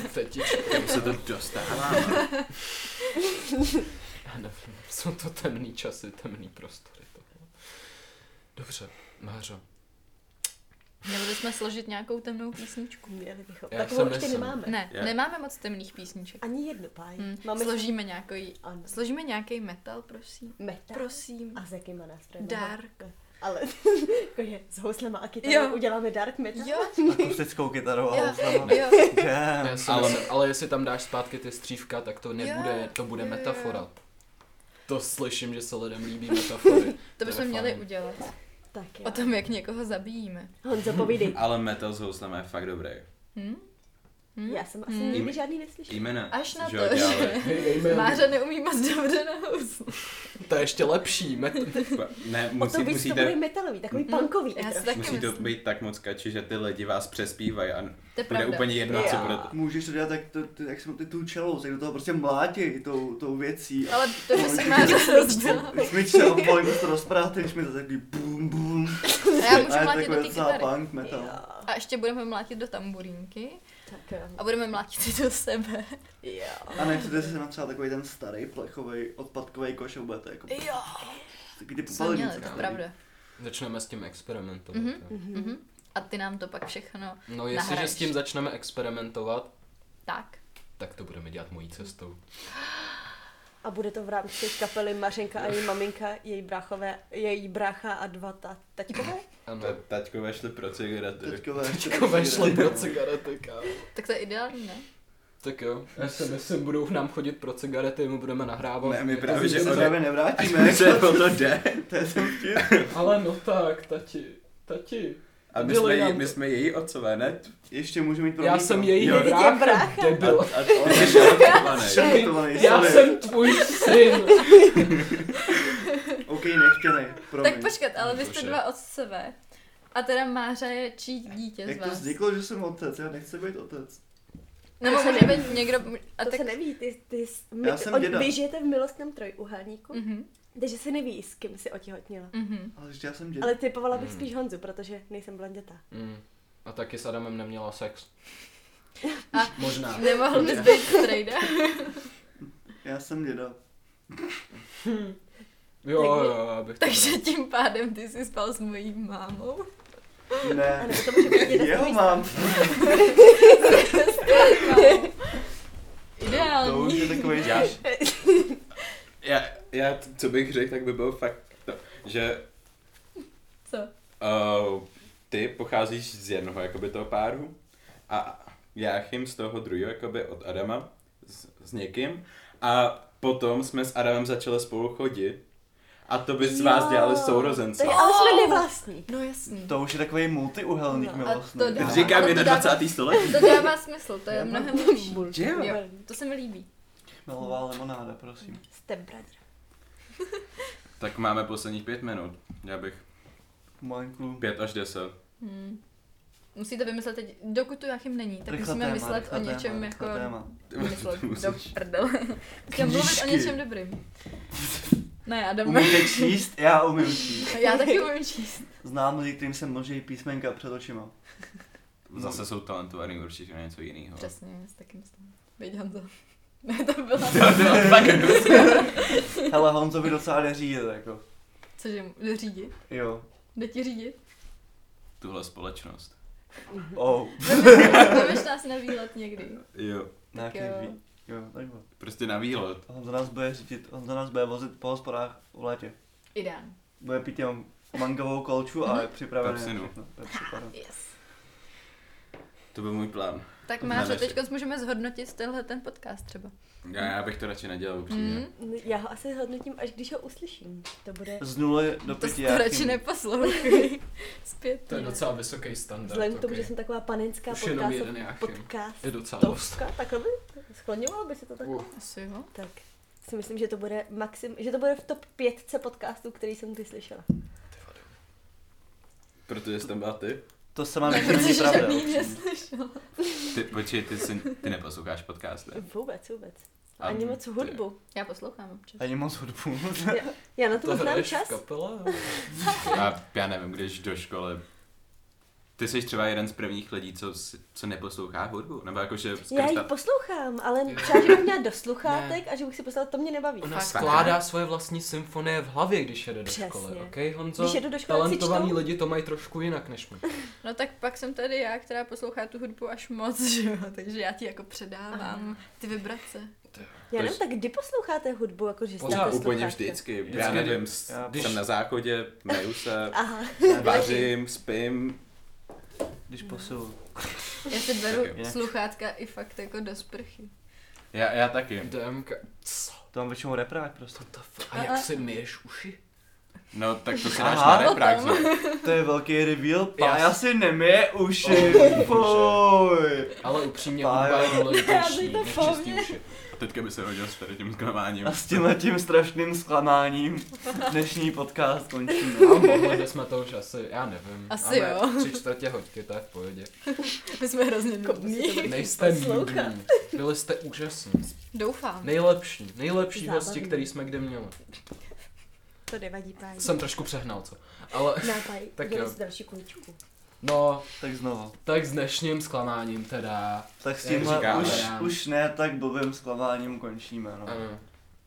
Speaker 2: Fetič.
Speaker 1: Kam se to dostává?
Speaker 2: Já nevím, jsou to temný časy, temný prostory. tohle. Dobře, Mářo.
Speaker 3: Měli bychom složit nějakou temnou písničku.
Speaker 5: Měli bychom.
Speaker 2: Já
Speaker 5: jako Takovou
Speaker 2: jsem
Speaker 5: ještě
Speaker 2: nesem.
Speaker 5: nemáme.
Speaker 3: Ne,
Speaker 1: Já-
Speaker 3: nemáme moc temných písniček.
Speaker 5: Ani jednu páj.
Speaker 3: Hm,
Speaker 5: Máme
Speaker 3: složíme nějaký,
Speaker 5: Ano.
Speaker 3: složíme nějaký metal, prosím.
Speaker 5: Metal.
Speaker 3: Prosím.
Speaker 5: A s jakýma nástrojem?
Speaker 3: Dark.
Speaker 5: Ale jakože s houslema a kytarou
Speaker 3: Jo.
Speaker 5: uděláme dark metal?
Speaker 3: Jo,
Speaker 4: Akustickou kytarou a
Speaker 3: jo,
Speaker 4: housle, no.
Speaker 3: jo.
Speaker 4: Damn.
Speaker 2: Já si
Speaker 1: Ale-
Speaker 2: ale... ale jestli tam dáš zpátky ty střívka, tak to nebude,
Speaker 3: Jo,
Speaker 2: to bude
Speaker 3: jo, jo.
Speaker 2: metafora. To slyším, že se lidem líbí metafory.
Speaker 3: To bychom
Speaker 2: je
Speaker 3: měli
Speaker 2: fajn.
Speaker 3: udělat.
Speaker 5: Tak jo.
Speaker 3: O tom, jak někoho zabijíme.
Speaker 5: Honzo, povídej.
Speaker 1: Ale metal s houslem je fakt dobrý.
Speaker 3: Hm? Hm?
Speaker 5: Já jsem asi
Speaker 3: Hmm.
Speaker 5: nikdy žádný neslyšela.
Speaker 1: Jména.
Speaker 3: Až na
Speaker 1: že
Speaker 3: to,
Speaker 1: ho dělali.
Speaker 2: Hej, dejme-
Speaker 3: Máře neumí moc dobře na Hm? housle.
Speaker 2: To je ještě lepší. Met-
Speaker 1: Ne,
Speaker 5: O to
Speaker 1: musí,
Speaker 5: víc to bude
Speaker 1: musíte,
Speaker 5: metalový, takový
Speaker 3: Mm,
Speaker 5: punkový.
Speaker 3: já si
Speaker 5: trošku.
Speaker 3: taky
Speaker 1: musí to
Speaker 3: myslím.
Speaker 1: být tak moc kači, že ty lidi vás přespívají a
Speaker 3: To je
Speaker 1: bude
Speaker 3: pravda.
Speaker 1: úplně jedno, co
Speaker 2: Já.
Speaker 1: bude.
Speaker 4: Můžeš to dělat tak, to, to, jak jsem ty tu čelou, tak do toho prostě mlátí tou, tou věcí.
Speaker 3: Ale to, že se Máře rozdá.
Speaker 4: Smyčce a bolí to rozpráte, když mi to takový bum bum.
Speaker 3: A já můžu
Speaker 4: A je takový
Speaker 3: mlátit do té
Speaker 4: docela
Speaker 3: kytary.
Speaker 4: punk metal.
Speaker 5: Jo,
Speaker 3: A ještě budeme mlátit do tamburínky
Speaker 5: tak jo.
Speaker 3: a budeme mlátit i do sebe.
Speaker 5: Jo.
Speaker 4: A nechcete si na třeba takový ten starý plechový odpadkový koš a budete jako
Speaker 5: Jo.
Speaker 4: kdy
Speaker 3: To jsme měli,
Speaker 4: popelnice.
Speaker 3: to je
Speaker 4: starý.
Speaker 3: pravda.
Speaker 2: Začneme s tím experimentovat.
Speaker 3: Mhm.
Speaker 2: jo.
Speaker 3: Mhm. A ty nám to pak všechno
Speaker 2: No, jestliže
Speaker 3: Nahraješ.
Speaker 2: s tím začneme experimentovat,
Speaker 3: tak.
Speaker 2: tak to budeme dělat mojí cestou.
Speaker 5: A bude to v rámci kapely Mařenka a její maminka, její bráchové, její brácha a dva ta, taťkové?
Speaker 2: Ano.
Speaker 1: Ta- Taťkové šli pro cigarety.
Speaker 4: Teďkové,
Speaker 2: Takové šly pro cigarety, kámo.
Speaker 3: Tak to je ideální, ne?
Speaker 2: Tak jo, já si myslím, budou k nám chodit pro cigarety, my budeme nahrávat.
Speaker 1: Ne, my
Speaker 2: Je to
Speaker 1: právě,
Speaker 4: Takže
Speaker 1: že
Speaker 4: se
Speaker 2: zvíře-
Speaker 1: ode-
Speaker 4: právě nevrátíme.
Speaker 1: Víme, že o to jde.
Speaker 4: To je ten vtip.
Speaker 2: Ale no tak, tati, tati.
Speaker 1: A my
Speaker 2: Dělej
Speaker 1: jsme, jí,
Speaker 2: nám
Speaker 1: my
Speaker 2: to.
Speaker 1: jsme její otcové, ne?
Speaker 4: Ještě můžu mít pro
Speaker 2: Já
Speaker 4: mikro.
Speaker 2: jsem její
Speaker 1: Jo,
Speaker 5: ty tě
Speaker 2: brácha,
Speaker 5: brácha.
Speaker 2: debil.
Speaker 1: A ty jsi žalotovaný.
Speaker 4: Šamatovaný,
Speaker 2: Já
Speaker 4: sorry.
Speaker 2: jsem tvůj syn.
Speaker 4: OK, nechtěnej, promiň.
Speaker 3: Tak počkat, ale vy jste
Speaker 2: Bože.
Speaker 3: dva od sebe. A teda Máře je čí dítě z
Speaker 4: Jak to
Speaker 3: vás?
Speaker 4: vzniklo, že jsem otec? Já nechci být otec.
Speaker 3: Nebo
Speaker 5: To se
Speaker 3: může být někdo... A
Speaker 5: A to
Speaker 3: tak...
Speaker 5: se neví, ty, ty,
Speaker 4: Já jsem děda.
Speaker 5: vy žijete v milostném trojuhelníku,
Speaker 3: Mhm,
Speaker 5: takže se neví, s kým si otěhotnila.
Speaker 3: mhm.
Speaker 4: Ale že já jsem děda.
Speaker 5: Ale typovala bych
Speaker 2: Mm.
Speaker 5: spíš Honzu, protože nejsem blondětá.
Speaker 2: Mm. A taky s Adamem neměla sex.
Speaker 3: A-
Speaker 2: Možná.
Speaker 3: Nemohl bys být strejda?
Speaker 4: Já jsem děda.
Speaker 2: Jo,
Speaker 3: Takže-
Speaker 2: jo, abych to
Speaker 3: Takže tím pádem ty jsi spal s mojí mámou.
Speaker 5: A
Speaker 4: Ne.
Speaker 5: nebo to může být děda z
Speaker 4: Jeho
Speaker 5: tvý
Speaker 4: mám. To už
Speaker 3: Ideální.
Speaker 4: je takový
Speaker 1: Já-
Speaker 4: spíš.
Speaker 1: Já, já, t- co bych řekl, tak by bylo fakt to, že
Speaker 3: Co?
Speaker 1: uh, ty pocházíš z jednoho jakoby toho páru a Jáchym z toho druhého jakoby od Adama s, s někým a potom jsme s Adamem začali spolu chodit a to by z vás
Speaker 5: Jo.
Speaker 1: dělali sourozence.
Speaker 5: Takže, ale jsme nevlastní.
Speaker 3: No jasný.
Speaker 4: To už je takový multiuhelník
Speaker 5: No,
Speaker 4: no,
Speaker 5: a
Speaker 3: to
Speaker 4: milostný.
Speaker 3: dá.
Speaker 1: Říkám
Speaker 3: Ale to dává-
Speaker 1: 21. století.
Speaker 3: To dává smysl, to je
Speaker 5: Já mám
Speaker 3: mnohem lepší.
Speaker 5: bulbu.
Speaker 1: Že jo?
Speaker 3: Jo, to se mi líbí.
Speaker 4: Milová limonáda, prosím.
Speaker 5: Step brother.
Speaker 1: Tak máme posledních pět minut. Já bych
Speaker 4: Malinkou.
Speaker 1: pět až deset.
Speaker 3: Hmm. Musíte vymyslet teď, dokud tu Jachim není, tak
Speaker 4: Rychle
Speaker 3: musíme
Speaker 4: téma,
Speaker 3: myslet
Speaker 4: rychle
Speaker 3: o něčem
Speaker 4: téma,
Speaker 3: jako...
Speaker 4: rychle téma.
Speaker 3: Myslet,
Speaker 1: To
Speaker 3: do
Speaker 1: musíš.
Speaker 3: prdele. Musíme mluvit o
Speaker 4: Knížky.
Speaker 3: něčem dobrým. Ne, Adam.
Speaker 4: Umíte číst? No. Já umím číst.
Speaker 3: Já taky umím číst.
Speaker 4: Znám lidi, kterým se množí písmenka před očima.
Speaker 1: Zase jsou talentovaný určitě na něco jiného.
Speaker 3: Přesně, já si taky myslím. Bejď Honzo. Ne, to byla...
Speaker 4: Hele, Honzo by docela neřídil, jako.
Speaker 3: Cože, jde řídit?
Speaker 4: Jo.
Speaker 3: Jde ti řídit?
Speaker 1: Tuhle společnost.
Speaker 4: Oh.
Speaker 3: Vemeš nás na výlet někdy.
Speaker 1: Jo.
Speaker 4: Nějaký
Speaker 3: jo.
Speaker 4: ví. Jo, tak jo.
Speaker 1: Prostě na výlet.
Speaker 4: Honzo nás bude řídit, Honzo nás bude vozit po hospodách v létě.
Speaker 3: Ideální.
Speaker 4: Bude pít jenom mangovou kolču a je připravený na
Speaker 1: Pepsinu.
Speaker 4: všechno. Pepsi, pardon.
Speaker 3: Yes.
Speaker 1: To byl můj plán.
Speaker 3: Tak
Speaker 1: Máme
Speaker 3: Mářo,
Speaker 1: si-
Speaker 3: teď můžeme zhodnotit tenhle ten podcast třeba.
Speaker 1: Já, já bych to radši nedělal upřímně. Mm.
Speaker 3: Mm.
Speaker 5: Já ho asi zhodnotím, až když ho uslyším. To bude
Speaker 4: Z nuly do
Speaker 3: To si
Speaker 4: pěti
Speaker 3: to radši
Speaker 4: jakým-
Speaker 3: neposlouchej. Zpět.
Speaker 2: To je docela vysoký standard.
Speaker 5: vzhledem k tomu,
Speaker 2: ok.
Speaker 5: že jsem taková panenská
Speaker 2: Už jenom
Speaker 5: podcast,
Speaker 2: jeden Jachim.
Speaker 5: podcast
Speaker 2: Je docela dost.
Speaker 5: tovka, takhle by skloňovalo by se to tak.
Speaker 2: Uh.
Speaker 3: Asi no. jo.
Speaker 5: Tak si myslím, že to bude maxim, že to bude v top pětce podcastů, který jsem kdy slyšela.
Speaker 1: Protože jsi tam byla ty.
Speaker 4: To se mám
Speaker 3: Protože
Speaker 4: není pravda.
Speaker 3: žádný
Speaker 4: upřímně.
Speaker 3: neslyšel.
Speaker 1: Ty, počkej, ty, jsi, ty neposloucháš podcast, ne?
Speaker 5: Vůbec, vůbec.
Speaker 1: A
Speaker 5: Ani moc
Speaker 1: ty-
Speaker 5: hudbu.
Speaker 3: Já poslouchám občas.
Speaker 4: Ani moc hudbu.
Speaker 5: Já na to,
Speaker 2: To
Speaker 5: moc nemám
Speaker 2: hraješ jako
Speaker 5: čas.
Speaker 2: v kapele?
Speaker 1: A já nevím, když do školy. Ty jsi třeba jeden z prvních lidí, co, si- co neposlouchá hudbu? Nebo jakože
Speaker 5: Já
Speaker 1: skrz
Speaker 5: ji
Speaker 1: ta...
Speaker 5: poslouchám, ale třeba, že bych měla do sluchátek a že bych si poslala, to mě nebaví.
Speaker 2: Ona
Speaker 1: Fakt.
Speaker 2: skládá svoje vlastní symfonie v hlavě, když jede do
Speaker 5: Přesně.
Speaker 2: školy, ok, Honzo?
Speaker 5: Když jedu do školy, si
Speaker 2: Talentovaní
Speaker 5: čtu.
Speaker 2: lidi to mají trošku jinak než my.
Speaker 3: No tak pak jsem tady já, která poslouchá tu hudbu až moc, že jo. Takže já ti jako předávám ty vibrace.
Speaker 5: Já
Speaker 1: Tož-
Speaker 5: nevím, tak kdy posloucháte hudbu, jako že jste
Speaker 2: Pořád,
Speaker 5: posloucháte?
Speaker 1: Úplně vždycky. Já
Speaker 2: Vždycky,
Speaker 1: nevím,
Speaker 2: když-
Speaker 1: s-
Speaker 4: já-
Speaker 1: když... jsem na záchodě, meju se,
Speaker 5: Aha,
Speaker 1: vařím, spím.
Speaker 4: Když posilu.
Speaker 3: Já si beru
Speaker 1: Tak
Speaker 4: jo.
Speaker 3: sluchátka i fakt jako do sprchy.
Speaker 1: Já, já taky.
Speaker 2: DMK, co?
Speaker 4: To mám většinou reprák prostě.
Speaker 2: To f- a jak si myješ uši?
Speaker 1: No, tak to si dáš
Speaker 4: Aha.
Speaker 1: na reprák. že?
Speaker 4: To je velký reveal. Pája
Speaker 2: Já-
Speaker 4: si nemije uši.
Speaker 2: Oh,
Speaker 4: Fuj.
Speaker 2: Ale upřímně,
Speaker 4: Pájo.
Speaker 2: hudba je důležitější
Speaker 5: Já to
Speaker 2: než
Speaker 5: po
Speaker 2: čistý
Speaker 5: mně.
Speaker 2: uši.
Speaker 1: Teďka by se hodil s tady tím zklamáním.
Speaker 4: A s tímhle tím strašným zklamáním dnešní podcast končíme.
Speaker 2: No A mohli jsme to už asi, já nevím.
Speaker 3: Asi
Speaker 2: máme
Speaker 3: jo.
Speaker 2: Tři čtvrtě hoďky, to je v pohodě.
Speaker 3: My jsme hrozně nudní.
Speaker 2: Nejste
Speaker 5: Poslouchat.
Speaker 2: nudní. Byli jste úžasní.
Speaker 3: Doufám.
Speaker 2: Nejlepší, nejlepší
Speaker 5: Zábavný.
Speaker 2: hosti, který jsme kdy měli.
Speaker 5: to nevadí, páni.
Speaker 2: Jsem trošku přehnal, co? Ale,
Speaker 5: Nápaj,
Speaker 2: Tak
Speaker 5: udělej
Speaker 2: jo.
Speaker 5: si další kuličku.
Speaker 2: no,
Speaker 4: Tak znovu.
Speaker 2: tak s dnešním zklamáním teda.
Speaker 4: Tak s
Speaker 2: Jak
Speaker 4: tímhle
Speaker 1: říkáme,
Speaker 4: už,
Speaker 2: já.
Speaker 4: už ne tak blbým zklamáním končíme. No.
Speaker 2: Ano. eh,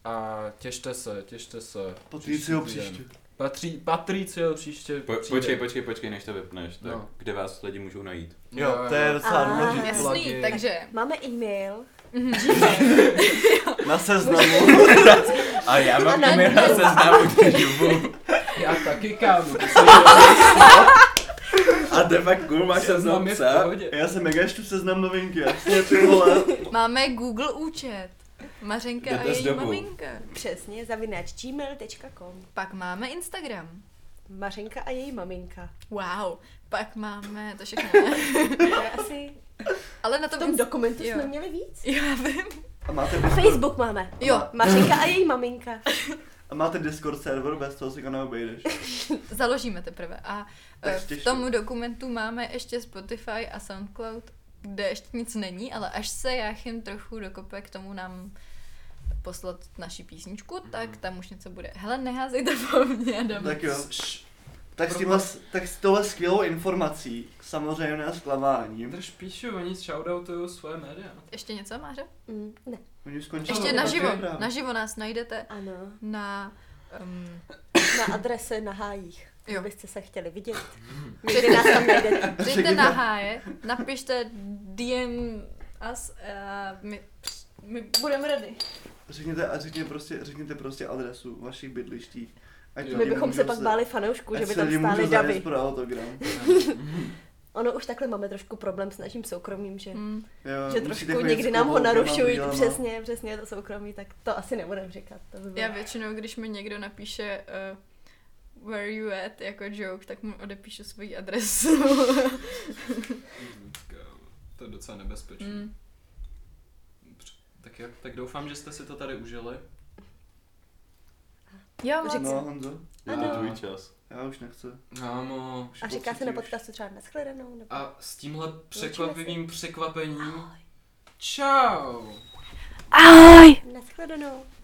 Speaker 2: A těšte se, těšte se.
Speaker 4: Patricio
Speaker 2: Příští týden.
Speaker 4: příště.
Speaker 2: Patří, Patricio příště.
Speaker 1: Po,
Speaker 2: přijde.
Speaker 1: počkej, počkej, počkej, než to vypneš. Tak
Speaker 2: No.
Speaker 1: kde vás lidi můžou najít?
Speaker 4: Jo, to je docela
Speaker 5: A.
Speaker 4: důležité.
Speaker 3: Jasný,
Speaker 2: Plagy.
Speaker 3: takže
Speaker 5: Máme e-mail.
Speaker 4: Na seznamu.
Speaker 1: A já mám
Speaker 5: na
Speaker 1: e-mail na seznamu, takže bu.
Speaker 2: Já taky kámo. ty se-
Speaker 1: A to je fakt cool, máš
Speaker 4: No,
Speaker 2: Seznam
Speaker 1: seznam
Speaker 2: je v
Speaker 1: psa.
Speaker 2: pohodě.
Speaker 4: Já jsem mega štu seznam novinky. Jasně, ty vole.
Speaker 3: máme Google účet. Mařenka a
Speaker 1: Jdete s
Speaker 3: její
Speaker 1: dobou.
Speaker 3: maminka.
Speaker 5: Přesně, zavináč gmail.com.
Speaker 3: Pak máme Instagram.
Speaker 5: Mařenka a její maminka.
Speaker 3: Wow. Pak máme to všechno. ne?
Speaker 5: To je asi...
Speaker 3: Ale na tom,
Speaker 5: V tom dokumentu
Speaker 3: jo.
Speaker 5: jsme měli víc.
Speaker 3: Já vím.
Speaker 4: A máte,
Speaker 5: Facebook máme.
Speaker 3: Jo,
Speaker 5: Mařenka a její maminka.
Speaker 4: a máte Discord server, bez toho si to neobejdeš.
Speaker 3: založíme teprve. A eh,
Speaker 4: Tak
Speaker 3: v
Speaker 4: těžko.
Speaker 3: tomu dokumentu máme ještě Spotify a Soundcloud, kde ještě nic není, ale až se Jáchym trochu dokope k tomu nám poslat naši písničku, tak tam už něco bude. Hele, neházejte po mně, Adam.
Speaker 4: Tak jo.
Speaker 2: Š-
Speaker 4: Tak s, tímhle, tak s tohle skvělou informací, samozřejmě ne s klamáním.
Speaker 2: Drž píšu, oni shoutoutují svoje média.
Speaker 3: Ještě něco, Máře?
Speaker 5: Mm, ne,
Speaker 4: Oni už skončili.
Speaker 3: Ještě
Speaker 2: no,
Speaker 3: naživo,
Speaker 4: Tak to je pravda.
Speaker 3: naživo nás najdete
Speaker 5: ano.
Speaker 3: na... Um,
Speaker 5: Na adrese na hájích.
Speaker 3: Jo.
Speaker 5: Byste se chtěli vidět. Někdy nás tam najdete.
Speaker 3: Přijďte na háje, napište DM us a my, my budeme ready.
Speaker 4: Řekněte, a řekněte prostě, řekněte prostě adresu vašich bydliští. Ať
Speaker 2: Jo.
Speaker 5: My
Speaker 4: lidi
Speaker 5: bychom
Speaker 4: můžou
Speaker 5: se pak báli fanoušků,
Speaker 4: ať
Speaker 5: že by
Speaker 4: se
Speaker 5: tam
Speaker 4: lidi
Speaker 5: stály
Speaker 4: můžou
Speaker 5: davy.
Speaker 4: zajet pro autogram.
Speaker 5: Ono už takhle máme trošku problém s naším soukromím, že,
Speaker 3: Mm.
Speaker 4: Jo,
Speaker 5: že
Speaker 4: musíte
Speaker 5: trošku
Speaker 4: chodit
Speaker 5: někdy
Speaker 4: s
Speaker 5: nám ho
Speaker 4: kloboukem a
Speaker 5: narušují,
Speaker 4: brýlema.
Speaker 5: přesně, přesně to soukromí, tak to asi nebudem říkat. To by
Speaker 3: Já
Speaker 5: bylo...
Speaker 3: většinou, když mi někdo napíše uh, where you at jako joke, tak mu odepíšu svoji adresu.
Speaker 2: To je docela nebezpečné.
Speaker 3: mm.
Speaker 2: Tak, jo, tak doufám, že jste si to tady užili.
Speaker 3: Jo,
Speaker 5: Řekl
Speaker 4: No,
Speaker 5: jsem.
Speaker 4: Honzo,
Speaker 1: Je
Speaker 2: Ano.
Speaker 1: to tvůj čas.
Speaker 4: já už nechci.
Speaker 2: Hámo.
Speaker 4: Už
Speaker 5: A říká se na
Speaker 4: pocítím, už-
Speaker 5: podcastu třeba nashledanou, nebo
Speaker 2: A s tímhle
Speaker 5: se.
Speaker 2: překvapivým překvapením. Čau!
Speaker 5: nashledanou.